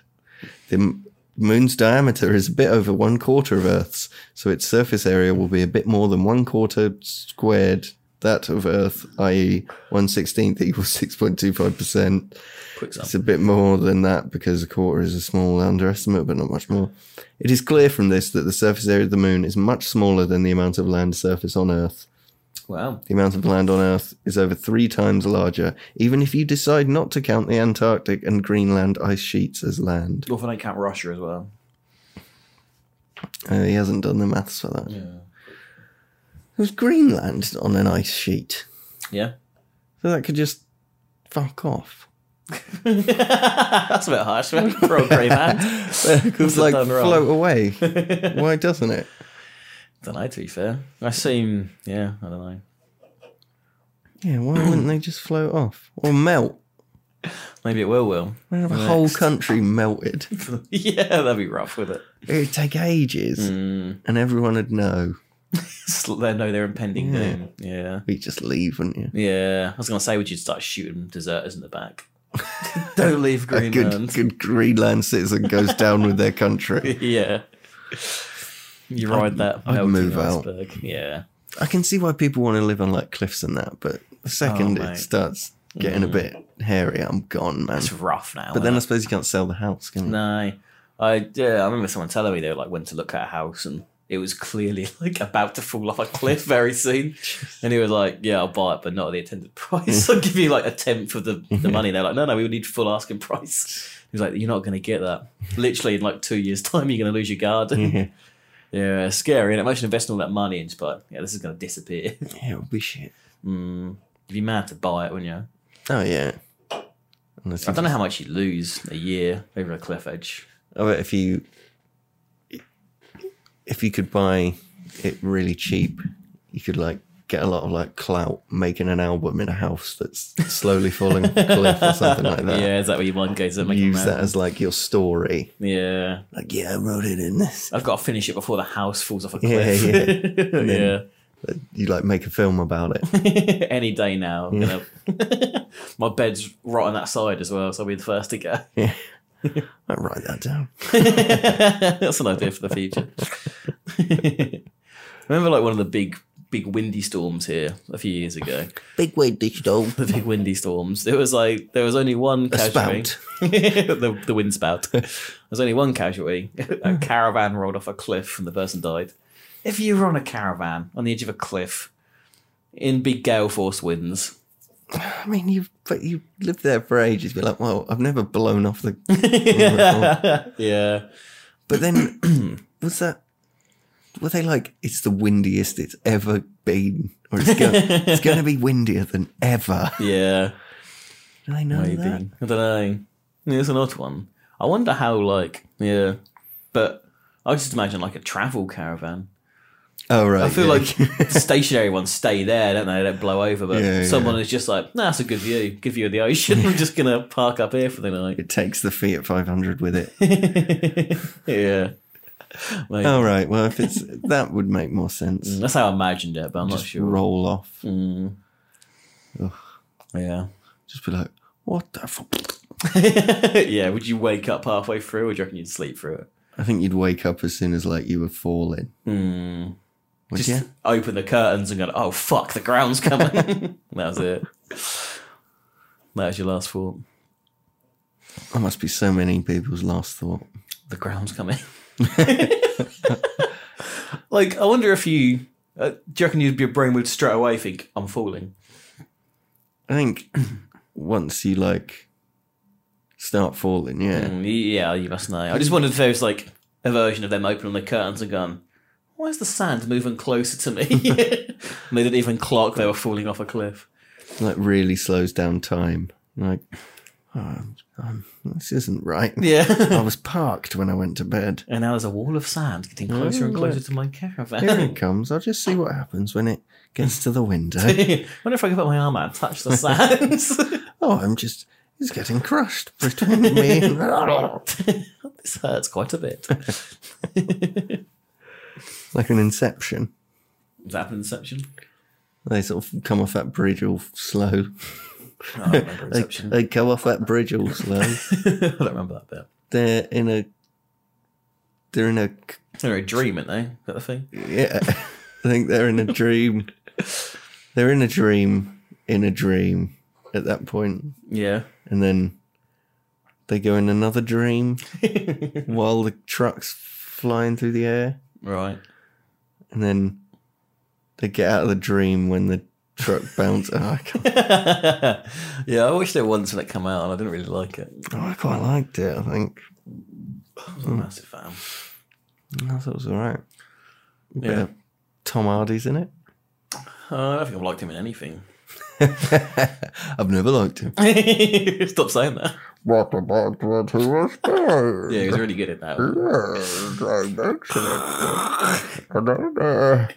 B: The m- moon's diameter is a bit over one quarter of Earth's, so its surface area will be a bit more than one quarter squared that of Earth, i.e., 116th equals 6.25%.
A: quick sum.
B: It's a bit more than that because a quarter is a small underestimate, but not much more. It is clear from this that the surface area of the moon is much smaller than the amount of land surface on Earth.
A: Wow.
B: The amount of land on Earth is over three times larger, even if you decide not to count the Antarctic and Greenland ice sheets as land.
A: Well, if I count Russia as well.
B: Uh, he hasn't done the maths for that.
A: Yeah.
B: Was Greenland on an ice sheet?
A: Yeah.
B: So that could just fuck off.
A: That's a bit harsh man, for a grey man.
B: It could
A: What's it
B: like
A: done wrong?
B: float away. Why doesn't it?
A: don't know, to be fair. I seem, yeah, I don't know.
B: Yeah, why wouldn't they just float off or melt?
A: Maybe it will, will.
B: We'd have a whole
A: Next.
B: country melted.
A: yeah, that'd be rough with it.
B: It'd take ages,
A: Mm.
B: and everyone would know.
A: They know they're impending
B: Yeah.
A: doom. Yeah.
B: We'd just leave, wouldn't you?
A: Yeah. I was going to say, would you start shooting deserters in the back? don't leave
B: A good,
A: Greenland.
B: good Greenland citizen goes down with their country.
A: yeah. You ride that.
B: I'd
A: melting
B: move out.
A: iceberg. Yeah.
B: I can see why people want to live on like cliffs and that, but the second
A: Oh, mate. Mm.
B: it starts getting a bit hairy, I'm gone, man.
A: It's rough now.
B: But then I
A: isn't
B: suppose you can't sell the house, can
A: it?
B: you?
A: no, I yeah, I remember someone telling me they like went to look at a house and it was clearly like about to fall off a cliff very soon. And he was like, "Yeah, I'll buy it, but not at the intended price. I'll give you like a tenth of the, the money." They're like, "No, no, we would need full asking price." He was like, "You're not going to get that. Literally, in like two years' time, you're going to lose your garden."
B: Yeah,
A: yeah, it's scary. And imagine investing all that money into, but yeah, this is going to disappear.
B: yeah, it would be shit.
A: mm. You'd be mad to buy it, wouldn't you?
B: Oh yeah. Unless
A: I
B: you,
A: don't know how much you would lose a year over a cliff edge.
B: I bet Oh, if you if you could buy it really cheap, you could like get a lot of like clout making an album in a house that's slowly falling off a cliff or something like that.
A: Yeah, is that where your mind goes? That make a
B: Use
A: man?
B: that as like your story.
A: Yeah,
B: Like, yeah, I wrote it in this.
A: I've got to finish it before the house falls off a
B: Yeah,
A: cliff. Yeah,
B: You like make a film about it.
A: Any day now, I'm gonna... my bed's right on that side as well, so I'll be the first to go.
B: I write that down.
A: That's an idea for the future. Remember, like one of the big, big windy storms here a few years ago.
B: Big way digital.
A: The big windy storms. There was like there was only one
B: A
A: casualty.
B: spout.
A: the, the wind spout. There's only one casualty. A caravan rolled off a cliff and the person died. If you were on a caravan on the edge of a cliff in big gale force winds,
B: I mean, you but you lived there for ages. You're like, well, I've never blown off the.
A: yeah,
B: But then, was that? Were they like, it's the windiest it's ever been, or it's going, it's going to be windier than ever?
A: yeah,
B: Do they know
A: maybe.
B: that?
A: I don't know. Yeah, it's an odd one. I wonder how. Like, yeah, but I just imagine like a travel caravan.
B: Oh right,
A: I feel
B: yeah.
A: like the stationary ones stay there, don't they? They don't blow over. But
B: Yeah, yeah.
A: someone is just like, nah, that's a good view. Good view of the ocean. We're just gonna park up here for the night.
B: it takes the Fiat 500 with it.
A: yeah. Like,
B: All right, well, if it's that would make more sense.
A: That's how I imagined it, but I'm not
B: Just
A: sure.
B: roll off.
A: Mm. Yeah.
B: Just be like, what the? F-?
A: yeah. Would you wake up halfway through, or do you reckon you'd sleep through it?
B: I think you'd wake up as soon as like you were falling.
A: Mm.
B: Would
A: Just
B: you?
A: open the curtains and go, oh fuck, the ground's coming. that was it. That was your last thought.
B: That must be so many people's last thought.
A: the ground's coming. like, I wonder if you, uh, do you reckon you'd, your brain would straight away think, I'm falling?
B: I think once you like start falling, yeah.
A: Mm, yeah, you must know. I just wondered if there was like a version of them opening the curtains and going, why is the sand moving closer to me? and they didn't even clock they were falling off a cliff.
B: like really slows down time. Like, oh, I'm- I'm- this isn't right. I
A: Yeah.
B: was parked when I went to bed.
A: and now there's a wall of sand getting closer and closer to my
B: Here
A: caravan.
B: it comes. I'll just see what happens when it gets to the window.
A: wonder if I could put my arm out and touch the sands.
B: Oh, I'm just. He's getting crushed between me. and-
A: This hurts quite a bit.
B: like an inception.
A: Is that an inception?
B: They sort of come off that bridge all slow.
A: No, I don't remember
B: They,
A: inception.
B: they come off that bridge all slow.
A: I don't remember that bit.
B: they're in a. They're in a.
A: They're a dream, aren't they? Is that the thing?
B: Yeah, I think they're in a dream. They're in a dream, in a dream at that point.
A: Yeah.
B: and then they go in another dream while the truck's flying through the air,
A: right.
B: and then they get out of the dream when the truck bounces. Oh, I, can't-
A: yeah, I watched it once when it came out and I didn't really like it.
B: oh, I quite liked it. I think
A: I was a massive fan.
B: I thought it was all right. Bit
A: Yeah.
B: of Tom Hardy's in it.
A: Uh, I don't think I've liked him in anything.
B: I've never liked him.
A: Stop saying that.
B: What about what he was doing?
A: Yeah, he was really good at that.
B: Yes, I'm excellent. Another,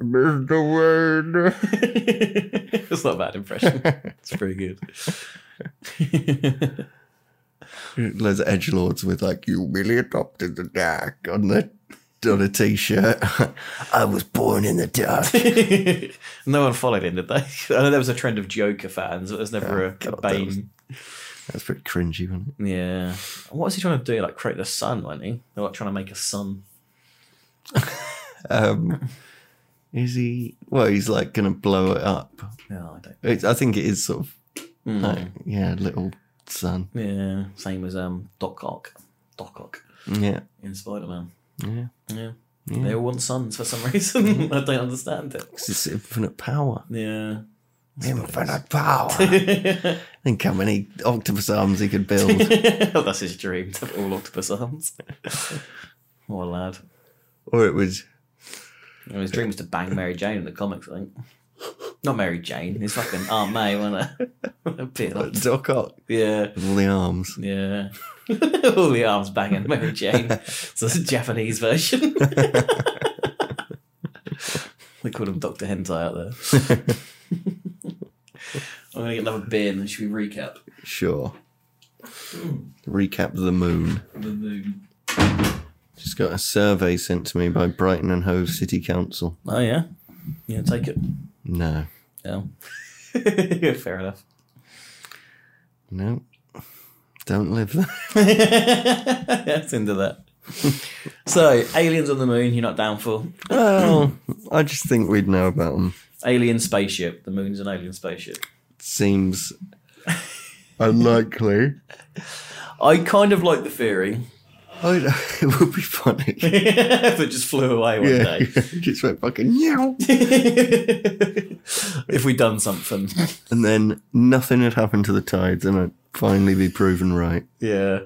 B: Mr. uh, Wayne.
A: it's not a bad impression. It's pretty good.
B: loads of edge lords with like "You really adopted the dark" on the on a t-shirt. I was born in the dark.
A: no one followed him, did they? I know there was a trend of Joker fans, but there's never a, a
B: God, that was-
A: Bane.
B: That's pretty cringy, wasn't it?
A: Yeah. What was he trying to do? Like create the sun, wasn't he? They're like trying to make a sun.
B: Um, is he? Well, he's like gonna blow it up.
A: No, I don't.
B: It's, I think it is sort of
A: Mm.
B: like yeah, little sun.
A: Yeah, same as um Doc Ock, Doc Ock
B: Yeah,
A: in Spider Man.
B: yeah.
A: Yeah.
B: Yeah.
A: they all want sons for some reason. I don't understand it.
B: 'Cause it's infinite power.
A: Yeah,
B: Infinite power. Think how many octopus arms he could build.
A: that's his dream to have all octopus arms. Poor lad.
B: or it was
A: You know, his dream was to bang Mary Jane in the comics. I think. Not Mary Jane. His fucking Aunt May, wasn't it? Bit like-
B: Doc Ock
A: yeah.
B: with all the arms.
A: Yeah. All the arms banging Mary Jane. So it's a Japanese version. we called him Dr. Hentai out there. I'm going to get another beer and then should we recap
B: Sure. Recap the moon.
A: the moon?
B: Just got a survey sent to me by Brighton and Hove City Council.
A: Oh, yeah. Yeah, take it.
B: No,
A: Yeah. Fair enough.
B: no, don't live there.
A: That's into that. So, aliens on the moon, you're not down for.
B: Well, I just think we'd know about them.
A: Alien spaceship. The moon's an alien spaceship.
B: Seems unlikely.
A: I kind of like the theory.
B: I, it would be funny.
A: if it just flew away one
B: Yeah,
A: day.
B: just went fucking meow,
A: if we'd done something.
B: and then nothing had happened to the tides, and I'd finally be proven right.
A: Yeah.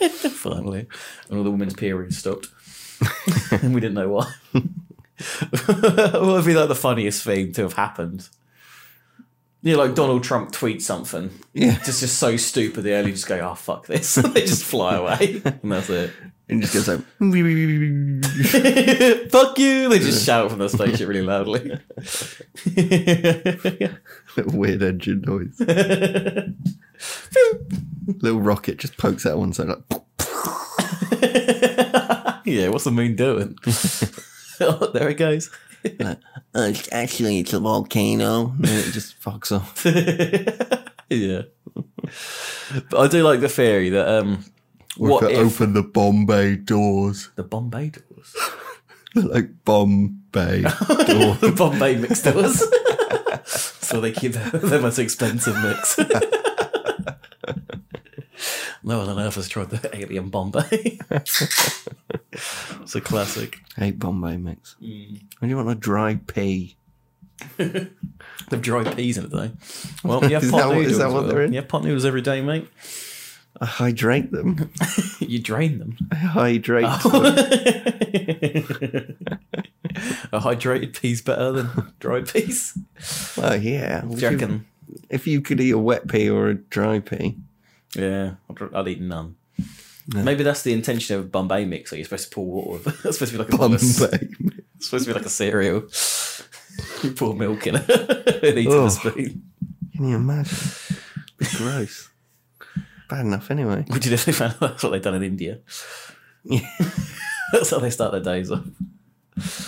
A: Finally. And all the women's periods stopped. and we didn't know why. what would be like the funniest thing to have happened? You know, like Donald Trump tweets something.
B: Yeah,
A: Just just so stupid the aliens just go, oh fuck this. they just fly away. And that's it.
B: and just goes like.
A: fuck you. They just shout from the spaceship really loudly.
B: Little weird engine noise. Little rocket just pokes out one side like
A: yeah, what's the moon doing? oh, there it goes.
B: "Oh, it's actually it's a volcano. And it just fucks off.
A: yeah. But I do like the theory that um what
B: if I
A: if
B: open the Bombay doors?
A: the Bombay doors.
B: They're like Bombay door.
A: the Bombay mix doors. so they keep their, their most expensive mix. no one on earth has tried the alien Bombay. it's a classic.
B: Hey Bombay mix.
A: Mm.
B: When do you want a dry pea?
A: They've dried peas in it though. Well, you have
B: Is
A: pot
B: that what- is
A: noodles.
B: that what
A: well.
B: they're in?
A: You have pot noodles every day, mate.
B: I hydrate them.
A: You drain them.
B: I hydrate
A: Oh.
B: them.
A: a hydrated pea's better than dried peas.
B: Well yeah. Would
A: Do you
B: you-
A: reckon?
B: If you could eat a wet pea or a dry pea.
A: Yeah, I'd, I'd eat none.
B: No.
A: Maybe that's the intention of Bombay mix. Like you're supposed to pour water. with- It's supposed to be like a
B: Bombay mix.
A: It's supposed to be like a cereal. you pour milk in it and eat it with
B: Oh.
A: a spoon.
B: Can you imagine? It's gross. Bad enough, anyway.
A: Which is definitely found that's what they've done in India.
B: Yeah.
A: that's how they start their days off.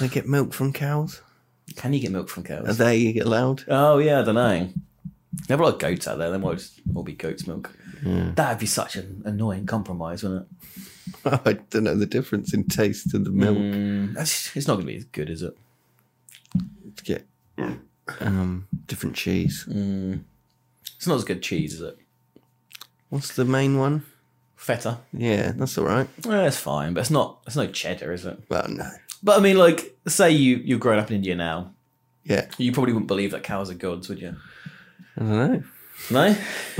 B: They get milk from cows.
A: Can you get milk from
B: Are
A: cows?
B: they allowed?
A: Oh yeah, I don't know. They have a lot of goats out there. They might just all be goat's milk. That'd be such an annoying compromise, wouldn't it?
B: I don't know the difference in taste of the milk.
A: Mm, that's- it's not going to be as good, is it?
B: Get
A: Mm.
B: um, different cheese.
A: It's not as good cheese, is it?
B: What's the main one?
A: Feta.
B: Yeah, that's all right.
A: Yeah, it's fine, but it's not. It's no cheddar, is it?
B: Well, no.
A: But I mean, like, say you you're growing up in India now,
B: Yeah,
A: you probably wouldn't believe that cows are gods, would you?
B: I don't know.
A: No,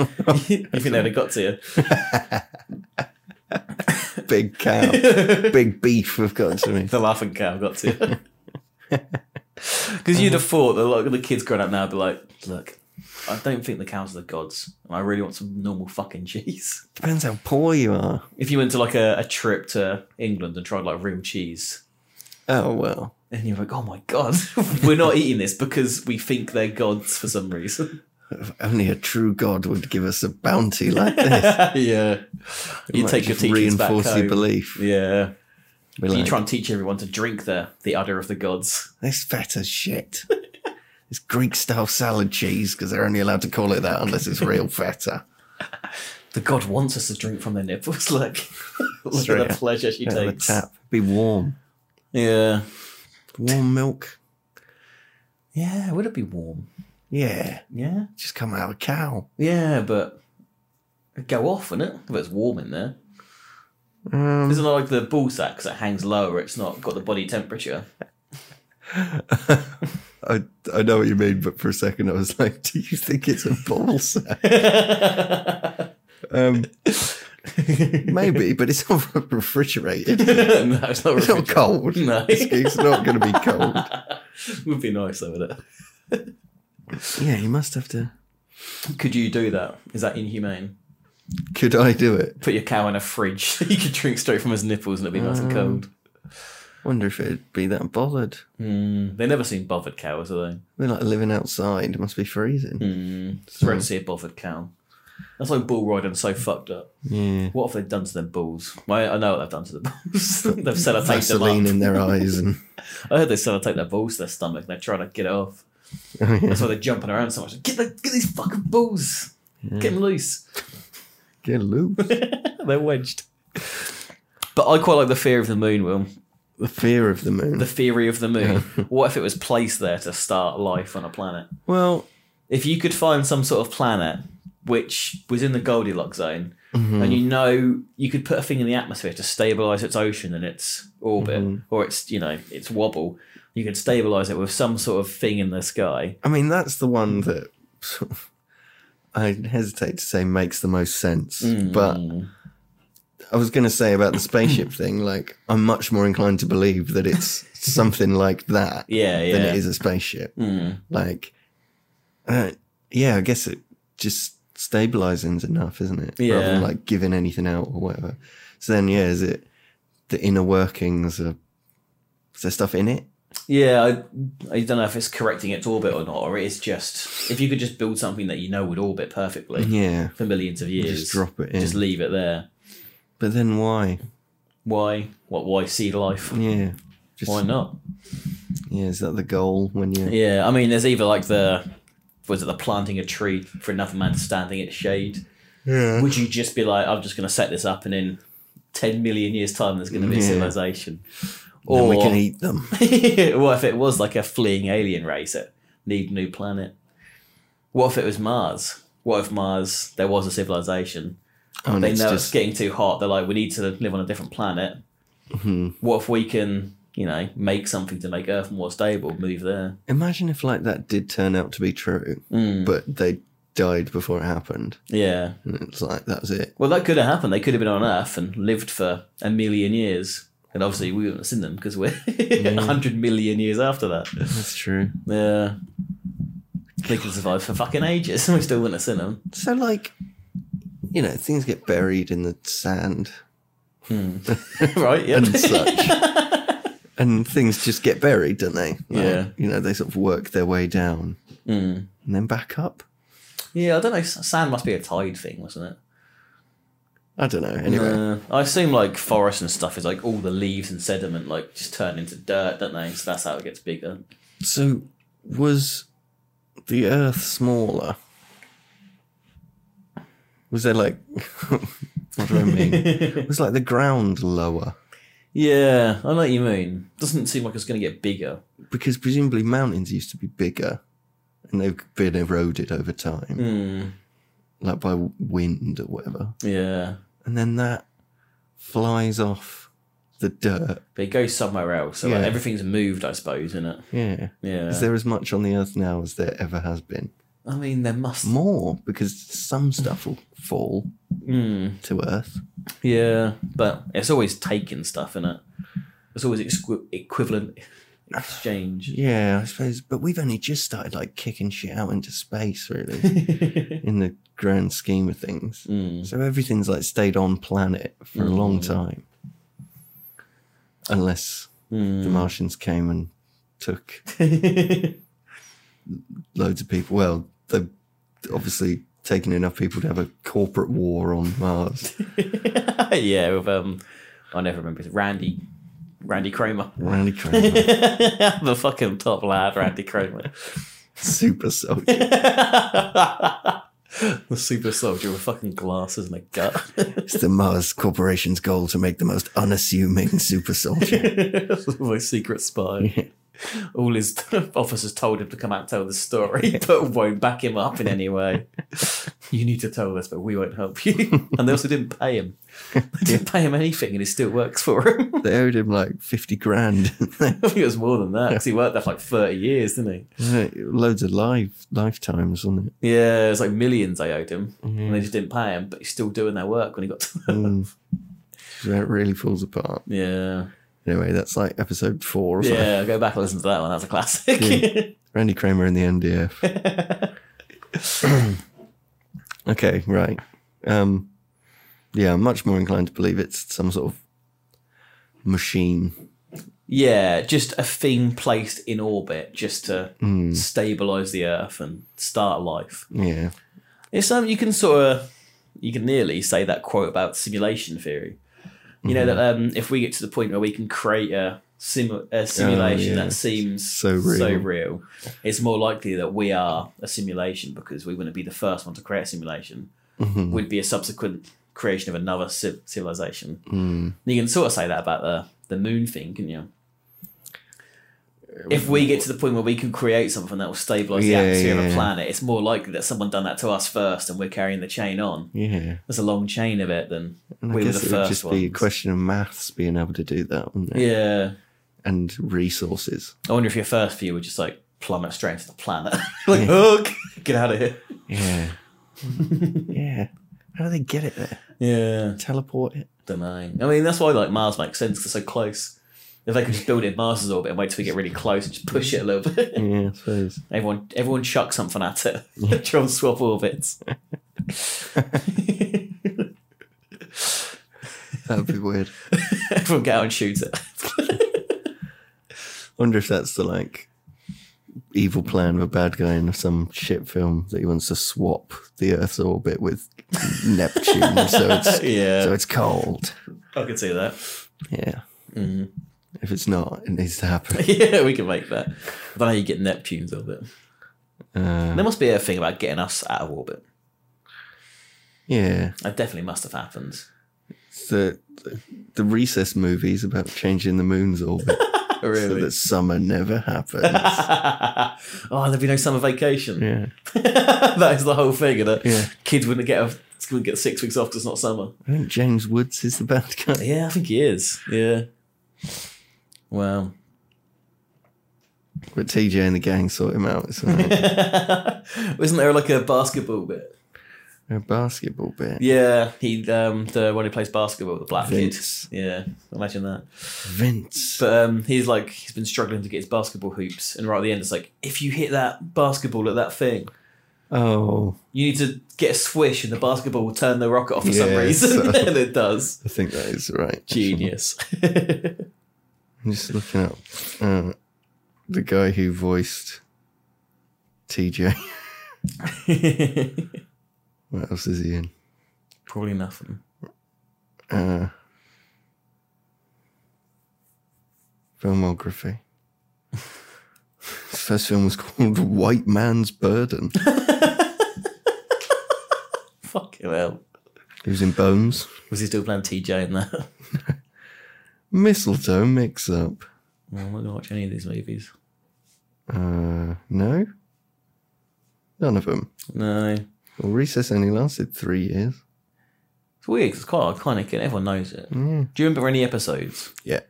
A: you think they'd have got to you?
B: Big cow, big beef. We've got to me.
A: The laughing cow got to you. Because you'd have thought that like, the kids growing up now would be like, look, I don't think the cows are the gods, and I really want some normal fucking cheese.
B: Depends how poor you are.
A: If you went to like a, a trip to England and tried like real cheese,
B: Oh well,
A: and you're like, oh my god, we're not eating this because we think they're gods for some reason.
B: if only a true god would give us a bounty like this.
A: yeah. You
B: Might
A: take your
B: just
A: teachings back
B: reinforce your
A: home.
B: belief.
A: Yeah.
B: Be
A: You
B: like,
A: try and teach everyone to drink the the udder of the gods.
B: This fat as shit. it's Greek style salad cheese because they're only allowed to call it that unless it's real feta.
A: The god wants us to drink from their nipples. Like, look
B: Straight
A: at the
B: out-
A: pleasure she
B: Out of the
A: takes.
B: tap. Be warm.
A: Yeah.
B: Warm milk.
A: Yeah. Would it be warm?
B: Yeah.
A: Yeah.
B: Just come out of a cow.
A: Yeah, but it'd go off, wouldn't it? If it's warm in there.
B: Um,
A: Isn't it like the ball sack because it hangs lower? It's not got the body temperature.
B: I, I know what you mean, but for a second I was like, do you think it's a ball sack? um, maybe, but it's not refrigerated.
A: no, it's not.
B: It's not
A: refrigerated.
B: cold.
A: No.
B: It's, it's not going to be cold.
A: would be nice though, wouldn't it?
B: Yeah, you must have to.
A: Could you do that? Is that inhumane?
B: Could I do it?
A: Put your cow in a fridge. you could drink straight from his nipples and it'd be nice and cold.
B: Wonder if it'd be that bothered.
A: Mm, they never seen bothered cows, are they?
B: We're like living outside. It must be freezing.
A: It's rare Mm, to see a bothered cow. That's why bull riding's so fucked up.
B: Yeah.
A: What have they done to them bulls? Well, I know what they've done to the bulls. they've sellotaped
B: Vaseline
A: them
B: in their eyes and
A: up. I heard they sellotape their balls to their stomach. They're trying to get it off.
B: Oh,
A: That's why they're jumping around so much. Get, the, get these fucking bulls. Get them loose.
B: get loose.
A: They're wedged. But I quite like the fear of the moon, Will.
B: the fear of the moon.
A: The theory of the moon. what if it was placed there to start life on a planet?
B: well,
A: if you could find some sort of planet which was in the Goldilocks zone,
B: Mm-hmm.
A: and you know you could put a thing in the atmosphere to stabilize its ocean and its orbit,
B: Mm-hmm.
A: or its you know its wobble, you could stabilize it with some sort of thing in the sky.
B: I mean, that's the one that I hesitate to say makes the most sense.
A: Hmm.
B: But I was going to say about the spaceship thing, like, I'm much more inclined to believe that it's something like that
A: Yeah, yeah.
B: than it is a spaceship. Like, uh, yeah, I guess it just stabilizing's enough, isn't it? Rather
A: Yeah.
B: than like giving anything out or whatever. So then, yeah, is it the inner workings of. Is there stuff in it?
A: Yeah, I, I don't know if it's correcting its orbit or not, or it is just if you could just build something that you know would orbit perfectly
B: Yeah.
A: for millions of years,
B: Mm-hmm. Just drop it in.
A: just leave it there.
B: But then why?
A: Why? What? Why seed life?
B: Yeah. Just
A: Why not?
B: Yeah, is that the goal when you?
A: Yeah, I mean, there's either like the was it the planting a tree for another man standing its shade?
B: Yeah.
A: Would you just be like, I'm just going to set this up, and in ten million years' time, there's going to be a
B: Yeah.
A: civilization?
B: Or
A: Or
B: we can eat them.
A: what if it was like a fleeing alien race that need a new planet? What if it was Mars? What if Mars there was a civilization?
B: Oh, and
A: They
B: it's
A: know it's
B: just
A: getting too hot. They're like, we need to live on a different planet.
B: Mm-hmm.
A: What if we can, you know, make something to make Earth more stable? Move there.
B: imagine if like that did turn out to be true, but they died before it happened,
A: Yeah.
B: and it's like that was it.
A: Well, that could have happened. They could have been on Earth and lived for a million years. And obviously, we wouldn't have seen them because we're a 100 million years after that.
B: That's true.
A: Yeah. They could survive for fucking ages and we still wouldn't have seen them.
B: So like, you know, things get buried in the sand
A: right? Yeah.
B: and such, and things just get buried, don't they? Like,
A: Yeah.
B: You know, they sort of work their way down Mm. and then back up.
A: Yeah, I don't know. s- Sand must be a tide thing, wasn't it?
B: I don't know. Anyway,
A: Uh, I assume like forests and stuff is like all the leaves and sediment like just turn into dirt, don't they? So that's how it gets bigger.
B: so was the Earth smaller? Was there like what do I mean? was like the ground lower
A: Yeah, I know what you mean. Doesn't seem like it's going to get bigger.
B: because presumably mountains used to be bigger, and they've been eroded over time,
A: Mm. Hmm.
B: like by wind or whatever,
A: Yeah,
B: and then that flies off the dirt.
A: but it goes somewhere else. So like,
B: Yeah.
A: everything's moved, I suppose, isn't it?
B: Yeah.
A: Yeah.
B: Is there as much on the earth now as there ever has been?
A: I mean, there must.
B: More, because some stuff will fall
A: Mm,
B: to earth.
A: yeah, but it's always taking stuff, is it? It's always exqu- equivalent exchange.
B: Yeah, I suppose. But we've only just started like kicking shit out into space, really, in the grand scheme of things.
A: Mm.
B: So everything's like stayed on planet for a long time. Unless the
A: Mm.
B: Martians came and took loads of people. Well, they've obviously taken enough people to have a corporate war on Mars.
A: yeah, with um, I never remember. his- Randy, Randy Kramer,
B: Randy Kramer,
A: the fucking top lad, Randy Kramer,
B: super soldier.
A: the super soldier with fucking glasses and a gut.
B: It's the Mars Corporation's goal to make the most unassuming super soldier.
A: My secret spy. All his officers told him to come out and tell the story, but won't back him up in any way. you need to tell us, but we won't help you. And they also didn't pay him. They didn't pay him anything, and he still works for him.
B: they owed him like 50 grand.
A: I think it was more than that because he worked there for like 30 years, didn't
B: Loads of life lifetimes on it.
A: he? Yeah, it was like millions they owed him, and
B: Yeah.
A: they just didn't pay him, but he's still doing their work when he got to
B: Mm. So that really falls apart.
A: Yeah.
B: Anyway, that's like episode four or something.
A: Yeah, go back and listen to that one. That's a classic.
B: Randy Kramer and the NDF. okay, right. Um, yeah, I'm much more inclined to believe it's some sort of machine.
A: yeah, just a thing placed in orbit just to
B: Mm,
A: stabilize the Earth and start life.
B: yeah.
A: It's something you can sort of, you can nearly say that quote about simulation theory. You know that
B: Mm-hmm.
A: um, if we get to the point where we can create a, simu- a simulation
B: yeah.
A: that seems
B: Oh, So real.
A: so real, it's more likely that we are a simulation because we wouldn't be the first one to create a simulation.
B: Mhm.
A: Would be a subsequent creation of another civ- civilization.
B: Mm.
A: You can sort of say that about the the moon thing, can you? If we get to the point where we can create something that will stabilize
B: Uh, Yeah,
A: the atmosphere
B: yeah,
A: of a
B: yeah.
A: planet, it's more likely that someone done that to us first, and we're carrying the chain on.
B: Yeah.
A: There's a long chain of it. Then
B: And I
A: we were the
B: guess it would
A: first
B: just
A: ones.
B: be a question of maths being able to do that, wouldn't it?
A: yeah,
B: And resources.
A: I wonder if your first few would just like plummet straight into the planet, like hook, get out of here.
B: Yeah. yeah. How do they get it there?
A: Yeah,
B: Teleport it?
A: don't know. I mean, that's why like Mars makes sense because they're so close. If they could just build it in Mars's orbit and wait till we get really close and just push it a little bit.
B: Yeah, I suppose.
A: Everyone, everyone chuck something at it. Try and swap orbits.
B: That'd be weird.
A: everyone get out and shoot it.
B: Wonder if that's the like evil plan of a bad guy in some shit film that he wants to swap the Earth's orbit with Neptune, so it's
A: yeah,
B: so it's cold.
A: I could see that.
B: Yeah. Mm-hmm.
A: Mhm.
B: If it's not, it needs to happen.
A: yeah, we can make that. I don't know how you get Neptune's orbit.
B: Uh,
A: There must be a thing about getting us out of orbit.
B: yeah.
A: That definitely must have happened.
B: The, the the recess movies about changing the moon's orbit so that summer never happens.
A: oh, there'd be no summer vacation.
B: yeah.
A: that is the whole thing. is
B: Yeah.
A: kids wouldn't get a, wouldn't get six weeks off because it's not summer.
B: I think James Woods is the bad guy.
A: Yeah, I think he is. Yeah. Wow.
B: But TJ and the gang sort him out. It's all right.
A: Wasn't there like a basketball bit?
B: a basketball bit.
A: Yeah, he um the one who plays basketball, the black kid.
B: Vince.
A: Yeah, imagine that.
B: Vince.
A: But um, he's like he's been struggling to get his basketball hoops, and right at the end, it's like if you hit that basketball at that thing,
B: oh,
A: you need to get a swish, and the basketball will turn the rocket off for some
B: Yeah,
A: reason,
B: so-
A: and it does.
B: I think that is right. actually.
A: Genius.
B: I'm just looking up uh, the guy who voiced TJ.
A: Probably
B: what else is he in?
A: nothing.
B: Uh, filmography. His first film was called White Man's Burden.
A: Fucking hell.
B: He was in Bones.
A: Was he still playing TJ in that?
B: Mistletoe Mix Up.
A: Well, I'm not gonna watch any of these movies.
B: Uh, no? None of them.
A: No.
B: Well, Recess only lasted three years.
A: It's weird 'cause it's quite iconic and everyone knows it.
B: Mm.
A: Do you remember any episodes?
B: Yeah.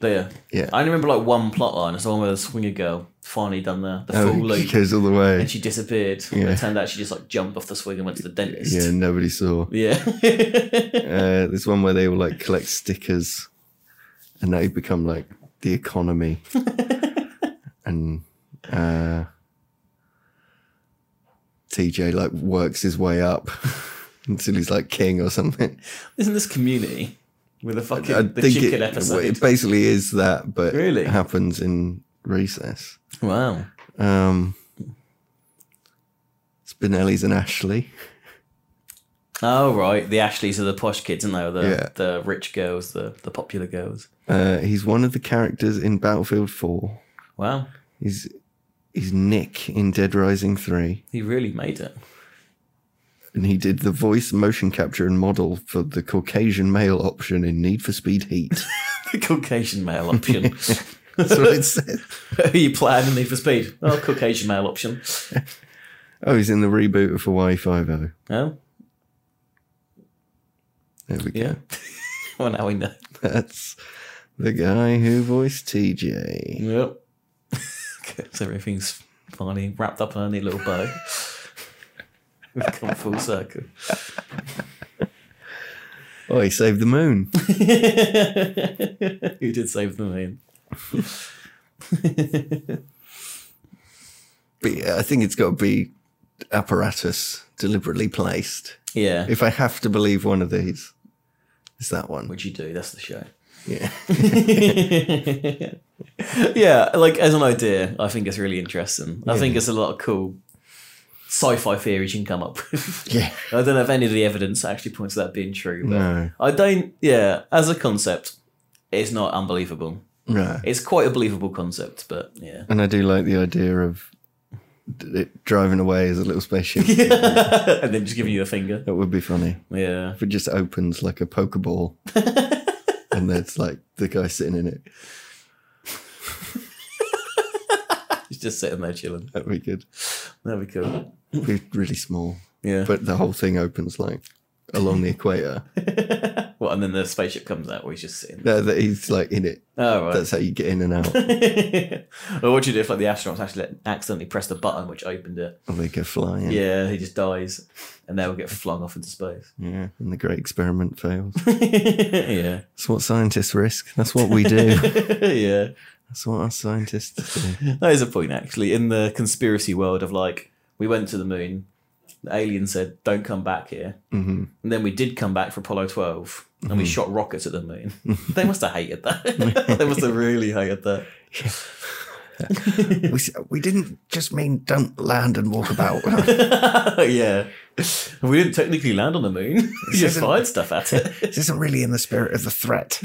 A: There.
B: Yeah.
A: I only remember like one plot line. It's the one where the swinger girl finally done the, the full
B: Oh,
A: loop
B: he goes all the way.
A: and she disappeared.
B: Yeah.
A: It turned out she just like jumped off the swing and went to the dentist.
B: Yeah, nobody saw.
A: Yeah.
B: Uh, there's one where they will like collect stickers, and they become like the economy. and uh, TJ like works his way up until he's like king or something.
A: Isn't this community with the fucking
B: I
A: the
B: think
A: chicken
B: it,
A: episode?
B: it basically is that, but
A: Really?
B: it happens in recess.
A: wow.
B: Um, Spinelli's and Ashley.
A: Oh right. The Ashleys are the posh kids, aren't they? Or The
B: Yeah.
A: the rich girls, the, the popular girls.
B: Uh, he's one of the characters in Battlefield Four.
A: Wow.
B: He's he's Nick in Dead Rising Three,
A: He really made it.
B: and he did the voice, motion capture, and model for the Caucasian male option in Need for Speed Heat.
A: The Caucasian male option.
B: That's what it said.
A: Are you planning Need for Speed? Oh, Caucasian male option.
B: Oh, he's in the reboot of Hawaii Five O.
A: Oh,
B: There we go.
A: yeah. well, now we know.
B: That's the guy who voiced TJ.
A: Yep. so everything's finally wrapped up in a neat little bow. We've come full circle.
B: Oh, he saved the moon.
A: Who did save the moon?
B: but yeah, I think it's got to be apparatus deliberately placed.
A: Yeah.
B: If I have to believe one of these, it's that one.
A: Would you do? That's the show.
B: Yeah.
A: yeah, like as an idea, I think it's really interesting. I think it's a lot of cool sci-fi theories you can come up with.
B: Yeah.
A: I don't know if any of the evidence actually points to that being true, but
B: No.
A: I don't. Yeah, as a concept, it's not unbelievable.
B: No.
A: It's quite a believable concept, but yeah,
B: And I do like the idea of d- it driving away as a little spaceship.
A: and then just giving you a finger.
B: That would be funny.
A: Yeah,
B: If it just opens like a Pokeball and there's like the guy sitting in it,
A: he's just sitting there chilling.
B: that'd be good.
A: That'd be cool.
B: It'd be really small,
A: Yeah.
B: but the whole thing opens like along the equator.
A: well, and then the spaceship comes out. Where he's just sitting.
B: No, that he's like in it.
A: Oh right.
B: That's how you get in and out.
A: or what do you do if like the astronauts actually let- accidentally pressed the button which opened it?
B: Or they go flying.
A: Yeah, he just dies, and they will get flung off into space.
B: Yeah. And the great experiment fails.
A: yeah,
B: That's what scientists risk. That's what we do.
A: yeah.
B: That's what our scientists do.
A: That is a point actually in the conspiracy world of like we went to the moon, the alien said don't come back here,
B: hmm
A: and then we did come back for Apollo twelve, and we shot rockets at the moon. they must have hated that. they must have really hated that.
B: We, s- we didn't just mean don't land and walk about.
A: yeah. We didn't technically land on the moon. You just
B: isn't-
A: fired stuff at it.
B: this isn't really in the spirit of the threat.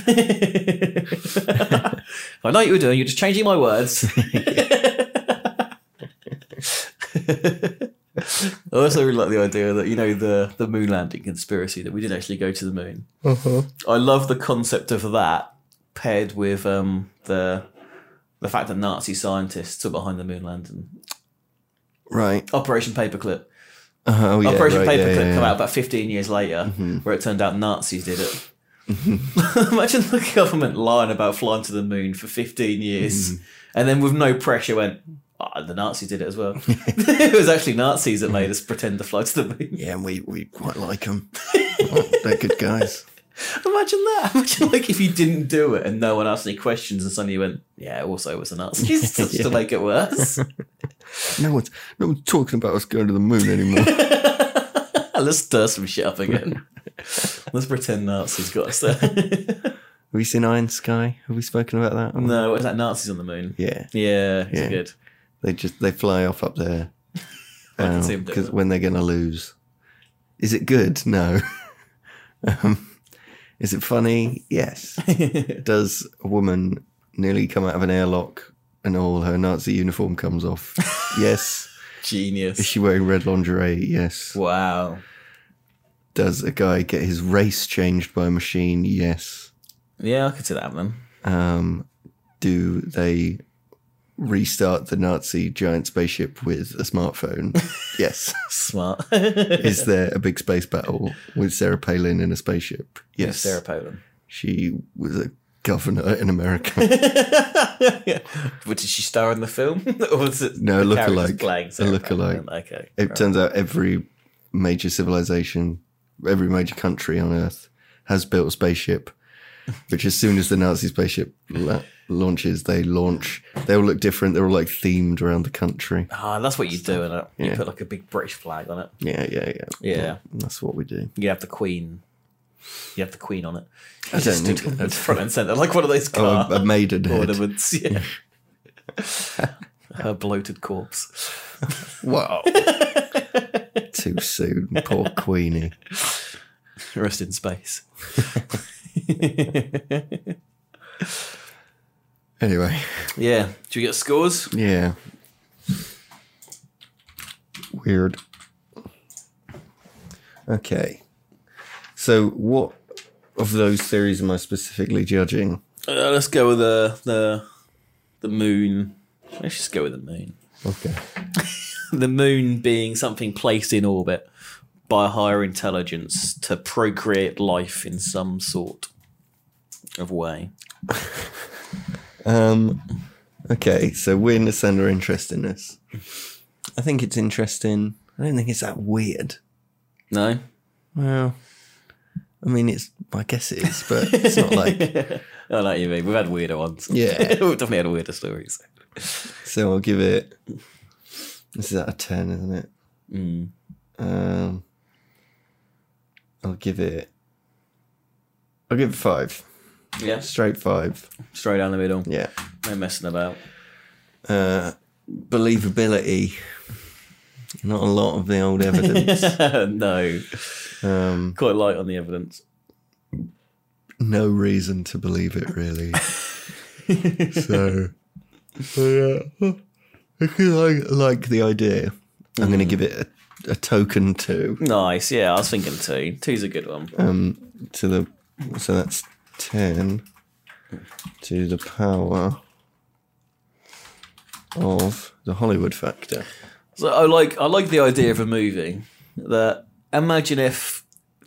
A: I know what you were doing. You're just changing my words. I also really like the idea that you know the the moon landing conspiracy that we did actually go to the moon. I love the concept of that paired with um, the the fact that Nazi scientists are behind the moon landing.
B: Right.
A: Operation Paperclip.
B: Uh, oh, yeah,
A: Operation Paperclip
B: right, yeah, yeah,
A: come
B: yeah. Mm-hmm.
A: out about 15 years later, where it turned out Nazis did it. Imagine the government lying about flying to the moon for 15 years,
B: Mm-hmm.
A: and then with no pressure went, "Ah, the Nazis did it as well. it was actually Nazis that made us pretend to fly to the moon.
B: Yeah, and we, we quite like them. they're good guys.
A: Imagine that. Imagine like if you didn't do it and no one asked any questions, and suddenly you went, yeah, also it was the Nazis, just to make it worse.
B: No one's, no one's talking about us going to the moon anymore.
A: Let's stir some shit up again. Let's pretend Nazis got us there.
B: Have you seen Iron Sky? Have we spoken about that?
A: No, what is that? Nazis on the moon.
B: Yeah.
A: Yeah, it's
B: Yeah.
A: good.
B: They just they fly off up there.
A: I
B: Um,
A: can see 'em doing
B: Because
A: that.
B: when they're going to lose. Is it good? No. um, Is it funny? Yes. Does a woman nearly come out of an airlock and all her Nazi uniform comes off? yes. Is
A: Genius.
B: she wearing red lingerie? Yes.
A: Wow.
B: Does a guy get his race changed by a machine? Yes.
A: Yeah, I could see that happening.
B: Um, do they restart the Nazi giant spaceship with a smartphone? yes.
A: Smart.
B: Is there a big space battle with Sarah Palin in a spaceship? Yes.
A: Sarah Palin.
B: She was a governor in America.
A: But did she star in the film? or was it
B: No,
A: the
B: look
A: characters
B: alike.
A: playing
B: A
A: Sarah
B: look alike.
A: Palin? Okay.
B: It uh, turns out every major civilization, every major country on Earth has built a spaceship, which as soon as the Nazi spaceship la- launches, they launch. They all look different. They're all like themed around the country.
A: Ah, that's what you do in it. You
B: Yeah.
A: put like a big British flag on it.
B: Yeah, yeah, yeah.
A: Yeah.
B: That's what we do.
A: You have the Queen. You have the Queen on it.
B: I don't
A: Just
B: need
A: do-
B: to-
A: front and center, like one of those
B: Oh,
A: car
B: a, a maiden head.
A: ornaments. Yeah. Her bloated corpse.
B: Wow. Too soon. Poor Queenie.
A: Rest in space.
B: Anyway,
A: Yeah. Do you get scores?
B: yeah. Weird. Okay. So, what of those theories am I specifically judging?
A: Uh, let's go with the the the moon. Let's just go with the moon.
B: Okay.
A: The moon being something placed in orbit by a higher intelligence to procreate life in some sort of way.
B: Um, okay, so weirdness and or interestingness. I think it's interesting. I don't think it's that weird.
A: No.
B: Well, I mean, it's. I guess it is, but it's not like.
A: I like you mean. We've had weirder ones.
B: Yeah.
A: We've definitely had weirder stories.
B: So I'll give it. This is out of ten, isn't it? Mm. Um, I'll give it. I'll give it five.
A: Yeah.
B: Straight five.
A: Straight down the middle.
B: Yeah.
A: No messing about.
B: Uh, believability. Not a lot of the old evidence.
A: no.
B: um,
A: Quite light on the evidence.
B: no reason to believe it, really. so, but, yeah, I kinda like, like the idea. I'm going to give it a, a token two.
A: Nice. Yeah, I was thinking two. Two's a good one.
B: um to the so that's 10 to the power of the hollywood factor
A: So I like I like the idea of a movie that imagine if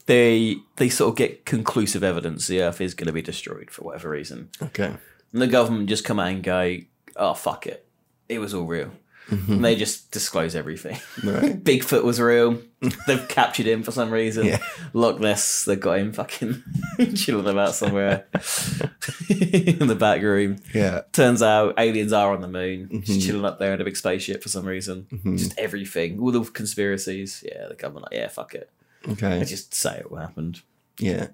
A: they they sort of get conclusive evidence the Earth is going to be destroyed for whatever reason,
B: okay
A: and the government just come out and go, "Oh fuck it, it was all real," and they just disclose everything.
B: right
A: Bigfoot was real. They've captured him for some reason.
B: Yeah.
A: Loch Ness, they've got him fucking chilling about somewhere in the back room.
B: yeah
A: Turns out aliens are on the moon,
B: Mm-hmm.
A: just chilling up there in a big spaceship for some reason. Just everything, all the conspiracies. Yeah, the government, like, yeah, fuck it.
B: okay
A: They just say it what happened.
B: yeah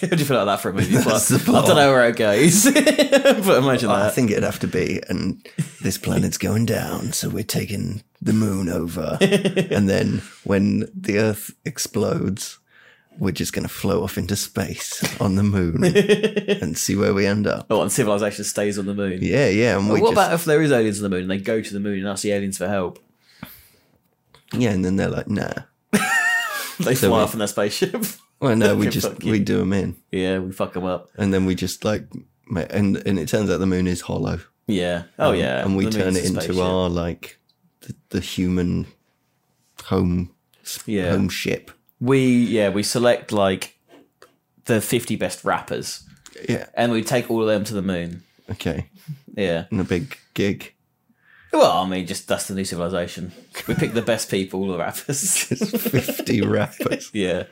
A: How do you feel like that for a movie plot?
B: That's the Oh,
A: I don't know where it goes, but imagine
B: i
A: that.
B: think it'd have to be and this planet's going down so we're taking the moon over and then when the earth explodes we're just going to float off into space on the moon and see where we end up
A: Oh, and civilization stays on the moon.
B: yeah yeah and we
A: what
B: just,
A: about if there is aliens on the moon and they go to the moon and ask the aliens for help?
B: yeah and then they're like nah
A: They
B: So
A: fly
B: we-
A: off in their spaceship.
B: Well, no, we
A: Okay,
B: just
A: fuck you.
B: we do them in,
A: yeah, we fuck them up.
B: and then we just like, ma- and and it turns out the moon is hollow.
A: Yeah. Oh
B: Um,
A: yeah.
B: and we
A: The
B: turn
A: moon's
B: it
A: a
B: into
A: spaceship.
B: our like the, the human home
A: yeah.
B: home ship.
A: We yeah we select like the fifty best rappers
B: Yeah.
A: and we take all of them to the moon.
B: Okay.
A: Yeah.
B: And a big gig.
A: Well, I mean, just that's the new civilization. We pick the best people, all the rappers.
B: Fifty rappers.
A: yeah.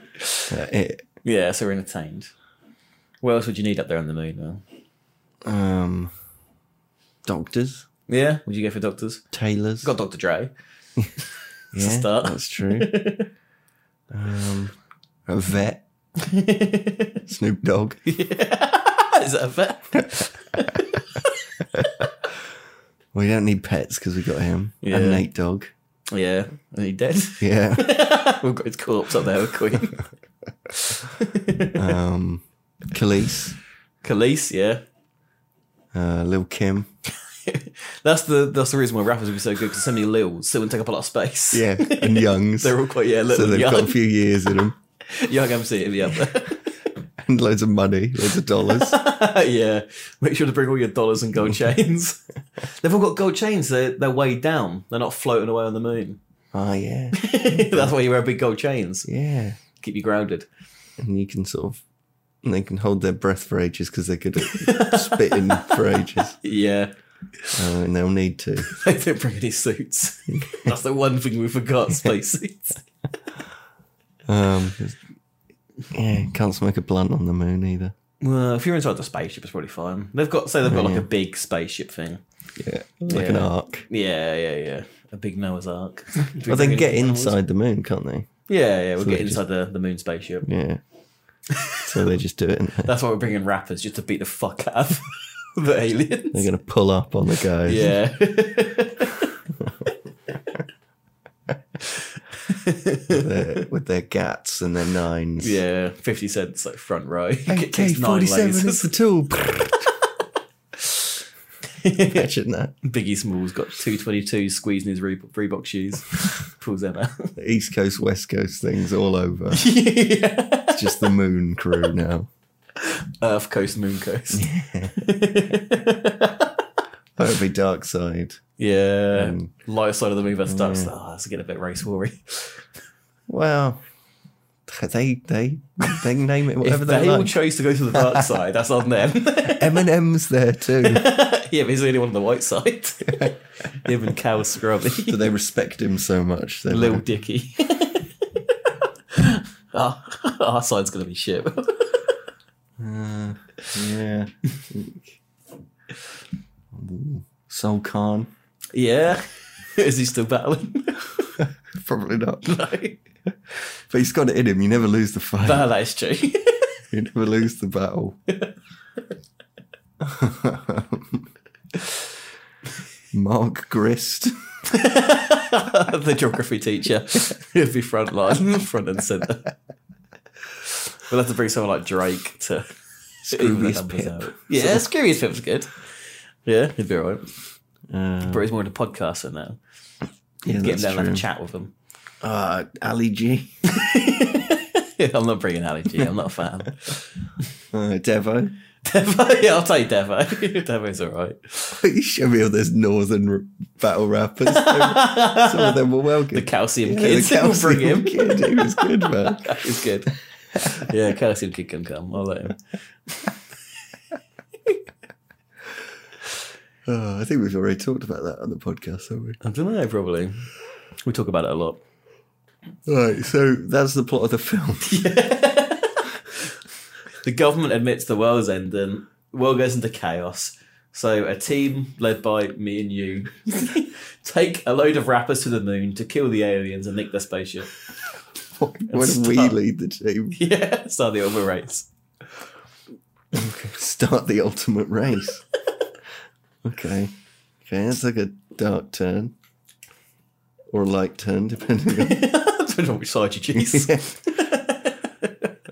B: Uh, it,
A: Yeah. So we're entertained. What else would you need up there on the moon? Well,
B: um, doctors,
A: yeah. Would you go for doctors?
B: tailors.
A: Got Dr. Dre.
B: yeah,
A: a start.
B: That's true. um, a vet. Snoop Dogg.
A: Is that a vet?
B: We don't need pets because we got him.
A: Yeah.
B: And Nate Dogg.
A: yeah. Is he dead?
B: Yeah.
A: We've got his corpse up there with Queen.
B: Um, Khalees,
A: Khalees, yeah.
B: uh, Lil Kim.
A: That's the that's the reason why rappers would be so good because so many lils, so would take up a lot of space.
B: Yeah, and Youngs.
A: they're all quite yeah, little
B: so
A: and
B: they've
A: young.
B: got a few years in them
A: young MC, yeah,
B: and loads of money, loads of dollars.
A: yeah. Make sure to bring all your dollars and gold chains. they've all got gold chains. They're they're weighed down. They're not floating away on the moon.
B: oh yeah,
A: that's why you wear big gold chains.
B: yeah.
A: Keep you grounded.
B: And you can sort of, and they can hold their breath for ages because they're good at spitting for ages,
A: Yeah,
B: uh, and they'll need to.
A: they don't bring any suits. that's the one thing we forgot: space suits.
B: Um, yeah, can't smoke a blunt on the moon either.
A: Well, if you're inside the spaceship, it's probably fine. They've got say they've got like
B: Yeah.
A: a big spaceship thing.
B: Yeah, like an
A: Yeah.
B: arc.
A: Yeah, yeah, yeah. A big Noah's Ark.
B: Well, they can get
A: inside.
B: inside the moon, can't they?
A: Yeah, yeah, we'll
B: So
A: get
B: they
A: inside the, the moon spaceship.
B: Yeah. so they just do it. And
A: That's why we're bringing rappers just to beat the fuck out of the aliens.
B: they're going to pull up on the guys.
A: yeah.
B: With their, with their gats and their nines.
A: yeah, 50 cents like front row.
B: AK
A: It takes nine
B: 47 is
A: lasers.
B: the tool. Imagine that.
A: Biggie Smalls got 222 squeezing his Re- Reebok shoes. Pulls them out.
B: The East Coast, West Coast things all over.
A: yeah.
B: It's just the moon crew now.
A: Earth Coast, Moon Coast.
B: That would be Dark Side.
A: Yeah.
B: Mm.
A: Light side of the moon versus dark side. Oh, that's getting a bit race warry.
B: Well, they they they can name it
A: If
B: whatever
A: they
B: they
A: all
B: like.
A: chose to go to the dark side, that's on them.
B: M&M's there too.
A: yeah, but he's the only one on the white side. Him and Cal Scrubby.
B: so they respect him so much. They're
A: Lil
B: like,
A: Dicky. our, our side's going to be shit.
B: uh, yeah. Ooh, Sol Khan.
A: yeah. Is he still battling?
B: Probably not.
A: no. No,
B: But he's got it in him. You never lose the fight.
A: that is true.
B: You never lose the battle. Mark Grist.
A: the geography teacher. He'll be front line, front and centre. We'll have to bring someone like Drake to even the
B: Scroobius
A: numbers
B: Pip.
A: out. Yeah, Scroobius Pip's good. Yeah, he'd be alright.
B: Uh,
A: But he's more into podcasting now.
B: yeah,
A: Get him
B: that's
A: down and have
B: true.
A: a chat with him.
B: Uh, Ali G.
A: I'm not bringing Ali G. I'm not a fan.
B: Uh, Devo.
A: Devo, yeah, I'll take Devo. Devo's all right.
B: Please show me all those northern r- battle rappers. Some of them were well
A: The
B: good.
A: calcium
B: Yeah,
A: kids, we'll bring
B: Calcium
A: him.
B: Kid. He was good, man.
A: He's good. Yeah, calcium kid can come. I'll let him.
B: Oh, I think we've already talked about that on the podcast, haven't we?
A: I don't know, probably. We talk about it a lot.
B: Right, so that's the plot of the film.
A: The government admits the world's ending. World goes into chaos. So a team led by me and you take a load of rappers to the moon to kill the aliens and nick their spaceship.
B: when we
A: start-
B: lead the team,
A: Yeah, start the over race.
B: start the ultimate race. okay. Okay, that's like a dark turn. Or a light turn, depending on.
A: don't know which side you choose.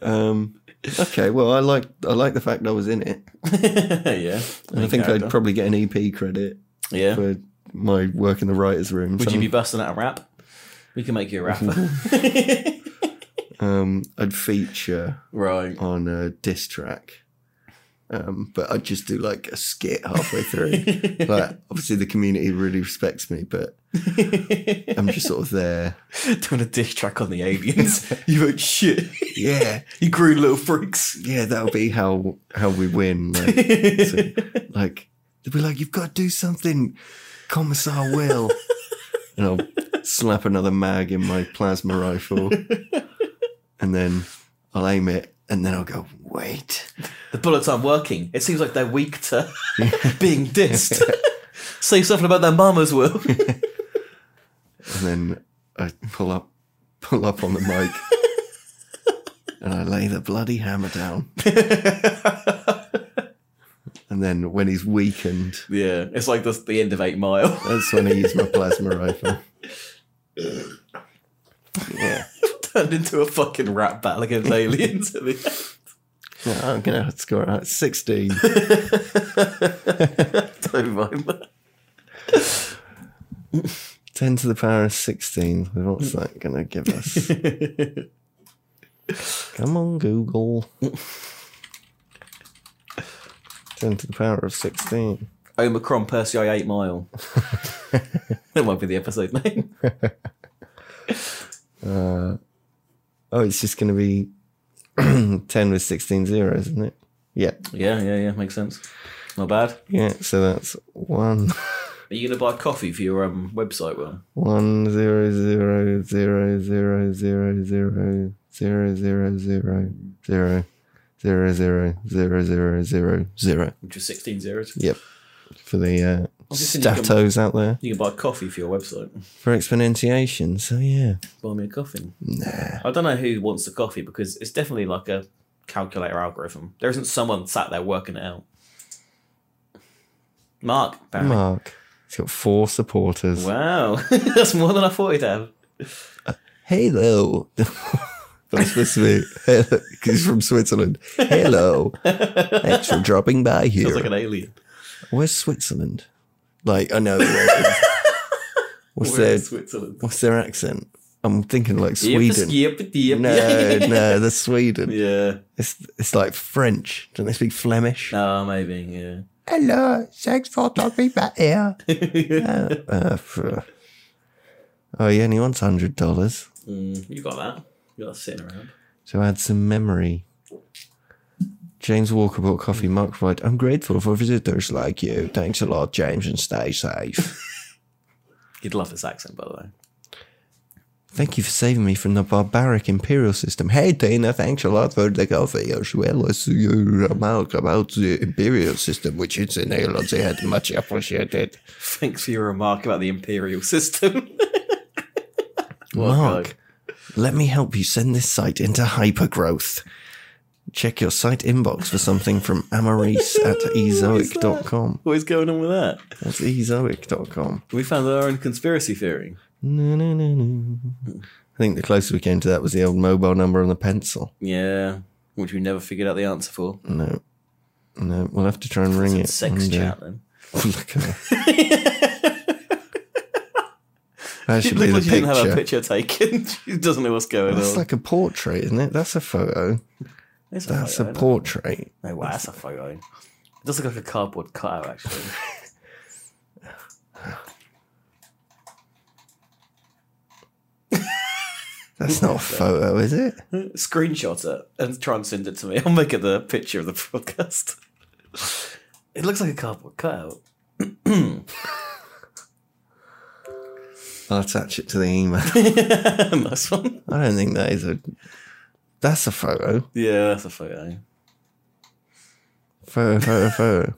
B: um, okay, well, I like I like the fact I was in it.
A: yeah.
B: And I think I'd probably get an EP credit
A: Yeah.
B: for my work in the writer's room.
A: Would
B: so
A: you be busting out a rap? We can make you a rapper.
B: um, I'd feature
A: right.
B: on a diss track. Um, but I'd just do like a skit halfway through. like, obviously, the community really respects me, but I'm just sort of there.
A: Doing a diss track on the aliens. you ain't shit.
B: Yeah,
A: You grew little freaks.
B: yeah, that'll be how how we win. Like, so, like they'll be like, "You've got to do something, Commissar Will," and I'll slap another mag in my plasma rifle, and then I'll aim it, and then I'll go, "Wait,
A: the bullets aren't working. It seems like they're weak to being dissed. Say something about their mama's will.
B: and then I pull up, pull up on the mic, and I lay the bloody hammer down. and then when he's weakened,
A: yeah, it's like the, the end of Eight Mile.
B: that's when I use my plasma rifle. Yeah,
A: Turned into a fucking rap battle against aliens. at the end.
B: Yeah, I'm gonna score it out 16.
A: Don't mind.
B: 10 to the power of 16. What's that gonna give us? Come on, Google. 10 to the power of 16.
A: Omicron Persei 8 Mile. that might be the episode name.
B: Oh, it's just gonna be 10 with 16 zeros, isn't it? Yeah.
A: Yeah, yeah, yeah. Makes sense. Not bad. Are
B: Yeah, so that's one
A: you going to buy coffee for your um, website, Will?
B: one zero zero zero zero zero zero zero zero zero zero zero zero zero zero zero zero.
A: Which is 16 zeros.
B: Yep. For the uh,
A: just thinking you can-
B: statos out there
A: You can buy coffee for your website.
B: for exponentiation. So yeah,
A: Buy me a coffee. Nah. I don't know who wants the coffee because it's definitely like a calculator algorithm. There isn't someone sat there working it out. Mark, apparently.
B: Mark, he's got four supporters.
A: Wow. That's more than I thought he'd have.
B: Hello. That's supposed to be. Hello. He's from Switzerland. Hello. Thanks for dropping by here.
A: Sounds like an alien.
B: Where's Switzerland? Like, I know. where- What's
A: We're in
B: their
A: Switzerland.
B: What's their accent? I'm thinking like
A: Yep,
B: Sweden.
A: yep, yep.
B: No, no, that's Sweden.
A: Yeah.
B: It's it's like French. Don't they speak Flemish?
A: Oh, maybe. Yeah.
B: Hello, thanks for talking back here. uh, uh, pff. oh, he only wants hundred dollars
A: Mm, you got that. You got that sitting around.
B: to add some memory. James Walker bought coffee. Mark replied, "I'm grateful for visitors like you. Thanks a lot, James, and stay safe.
A: You'd love this accent, by the way.
B: Thank you for saving me from the barbaric imperial system. Hey, Dana, thanks a lot for the coffee, as well as your remark about the imperial system, which is an island they had much appreciated."
A: Thanks for your remark about the imperial system. Well,
B: Mark, let me help you send this site into hypergrowth. Check your site inbox for something from Amaris at ezoic.com.
A: What is going on with that?
B: That's ezoic.com.
A: We found our own conspiracy theory.
B: No, no, no, no. I think the closest we came to that was the old mobile number on the pencil.
A: Yeah. Which we never figured out the answer for.
B: No. No, we'll have to try and ring it.
A: Sex
B: one day.
A: chat, then.
B: Look at that. That
A: She
B: should be
A: looked
B: the
A: like she didn't have a
B: picture.
A: picture taken. she doesn't know what's going
B: That's
A: on.
B: like a portrait, isn't it? That's a photo.
A: It's
B: That's
A: photo,
B: a
A: isn't it?
B: portrait.
A: No, wow, that's a photo. It does look like a cardboard cutout, actually.
B: That's not a photo, is it?
A: Screenshot it and try and send it to me. I'll make it the picture of the podcast. It looks like a cardboard cutout.
B: I'll attach it to the email.
A: nice one.
B: I don't think that is a. That's a photo.
A: Yeah, that's a photo.
B: Photo, photo, photo.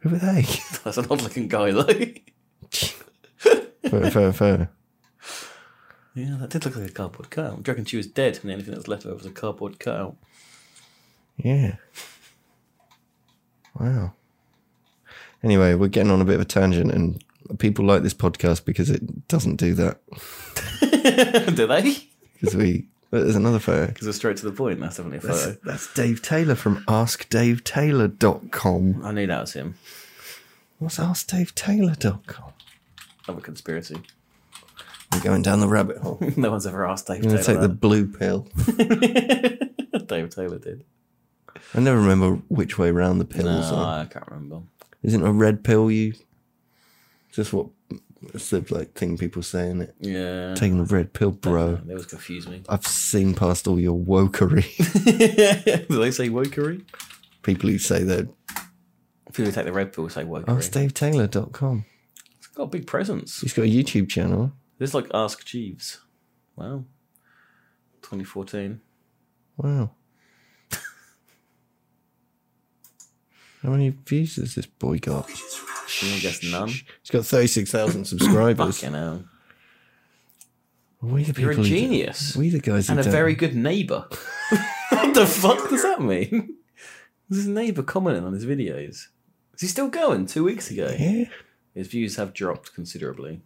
B: Who are they?
A: That's an odd looking guy, though.
B: photo, photo, photo.
A: Yeah, that did look like a cardboard cutout. Do you reckon she was dead and the only thing that was left over was a cardboard cutout?
B: Yeah. Wow. Anyway, we're getting on a bit of a tangent, and people like this podcast because it doesn't do that.
A: Do they? Because
B: Because we. but There's another photo.
A: we're straight to the point. That's definitely a photo.
B: That's, that's Dave Taylor from AskDaveTaylor.com.
A: I knew that was him.
B: What's AskDaveTaylor.com?
A: Another conspiracy.
B: We're going down the rabbit hole. I'm
A: No one's ever asked Dave
B: going
A: Taylor.
B: to take the blue pill.
A: that. Dave Taylor did.
B: I never remember which way round the
A: No,
B: pills are.
A: I can't remember.
B: Isn't a red pill you? Just what? It's the like thing people say in it.
A: Yeah.
B: Taking the red pill, bro.
A: They always confuse me.
B: I've seen past all your wokery.
A: Do they say wokery?
B: people who say that.
A: People who take the red pill say wokery.
B: Oh, it's DaveTaylor.com.
A: it's got a big presence.
B: He's got a YouTube channel.
A: This is like Ask Jeeves. Wow. 2014.
B: Wow. How many views has this boy got?
A: I'm gonna guess none.
B: He's got 36,000 subscribers.
A: Fucking hell.
B: we the people
A: You're a
B: who do-
A: genius.
B: we the guys who
A: and a
B: don't-
A: very good neighbour. what the fuck does that mean? There's a neighbour commenting on his videos. Is he still going? Two weeks ago.
B: Yeah.
A: His views have dropped considerably.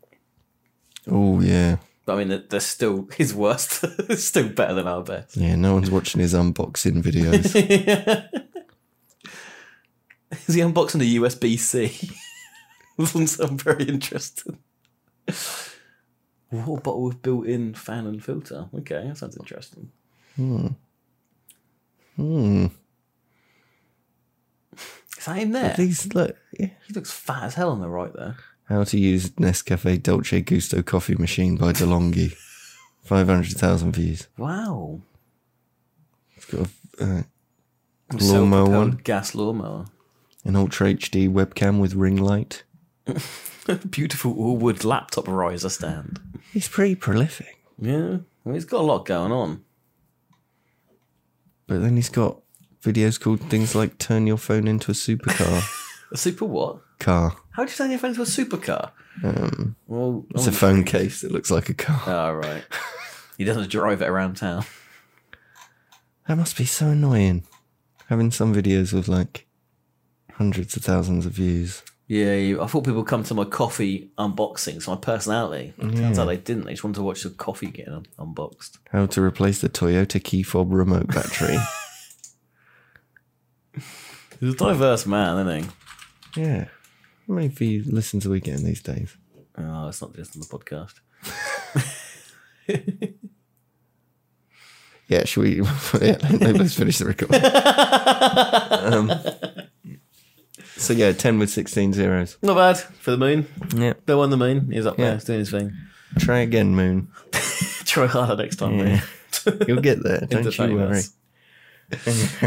B: Oh, yeah.
A: But I mean, they're, they're still his worst. is still better than our best.
B: Yeah, no one's watching his unboxing videos.
A: Is he unboxing a USB C? I'm very interested. Water bottle with built-in fan and filter. Okay, that sounds interesting.
B: Hmm.
A: Is that him there?
B: These look. yeah.
A: He looks fat as hell on the right there.
B: How to use Nescafe Dolce Gusto coffee machine by DeLonghi. Five hundred thousand views.
A: Wow.
B: It's got a, uh, Lawnmower
A: Self-propelled
B: one.
A: Gas lawnmower.
B: an Ultra HD webcam with ring light.
A: Beautiful all wood laptop riser stand.
B: He's pretty prolific,
A: Yeah. I mean, he's got a lot going on.
B: but then he's got videos called things like "Turn your phone into a supercar."
A: A super what?
B: car.
A: How do you turn your phone into a supercar? Um, well,
B: It's a phone case that looks like a car.
A: oh, right. he doesn't drive it around town.
B: That must be so annoying. Having some videos with like hundreds of thousands of views.
A: Yeah, you- I thought people come to my coffee unboxings, my personality. Turns out they didn't. They just wanted to watch the coffee getting un- unboxed.
B: How to replace the Toyota key fob remote battery.
A: He's a diverse man, isn't he?
B: yeah. How many view listens are we getting these days?
A: Oh, it's not just on the podcast.
B: Yeah, should we? yeah, no, let's finish the recording. um, so yeah, ten with sixteen zeros.
A: Not bad for the moon.
B: Yeah.
A: Bill on the moon. He's up
B: Yeah.
A: there. He's doing his thing.
B: Try again, Moon.
A: Try harder next time,
B: Yeah.
A: mate.
B: You'll get there.
A: Into
B: Don't you worry.
A: famous.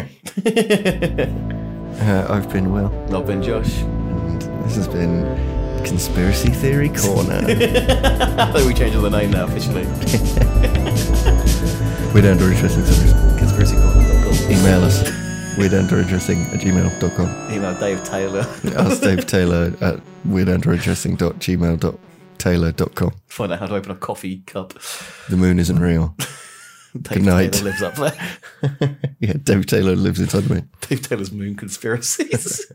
B: Uh, I've been well.
A: Not been Josh.
B: This has been conspiracy theory corner.
A: I think we changed the name now officially.
B: We're down to interesting stories.
A: ConspiracyCorner.com.
B: Email us. weirdandoreinteresting at gmail.com.
A: Email Dave Taylor.
B: Ask Dave Taylor at weirdandoreinteresting.gmail.taylor.com.
A: Find out how to open a coffee cup.
B: The moon isn't real.
A: Dave
B: night.
A: Taylor lives up there.
B: yeah, Dave Taylor lives inside me.
A: Dave Taylor's moon conspiracies.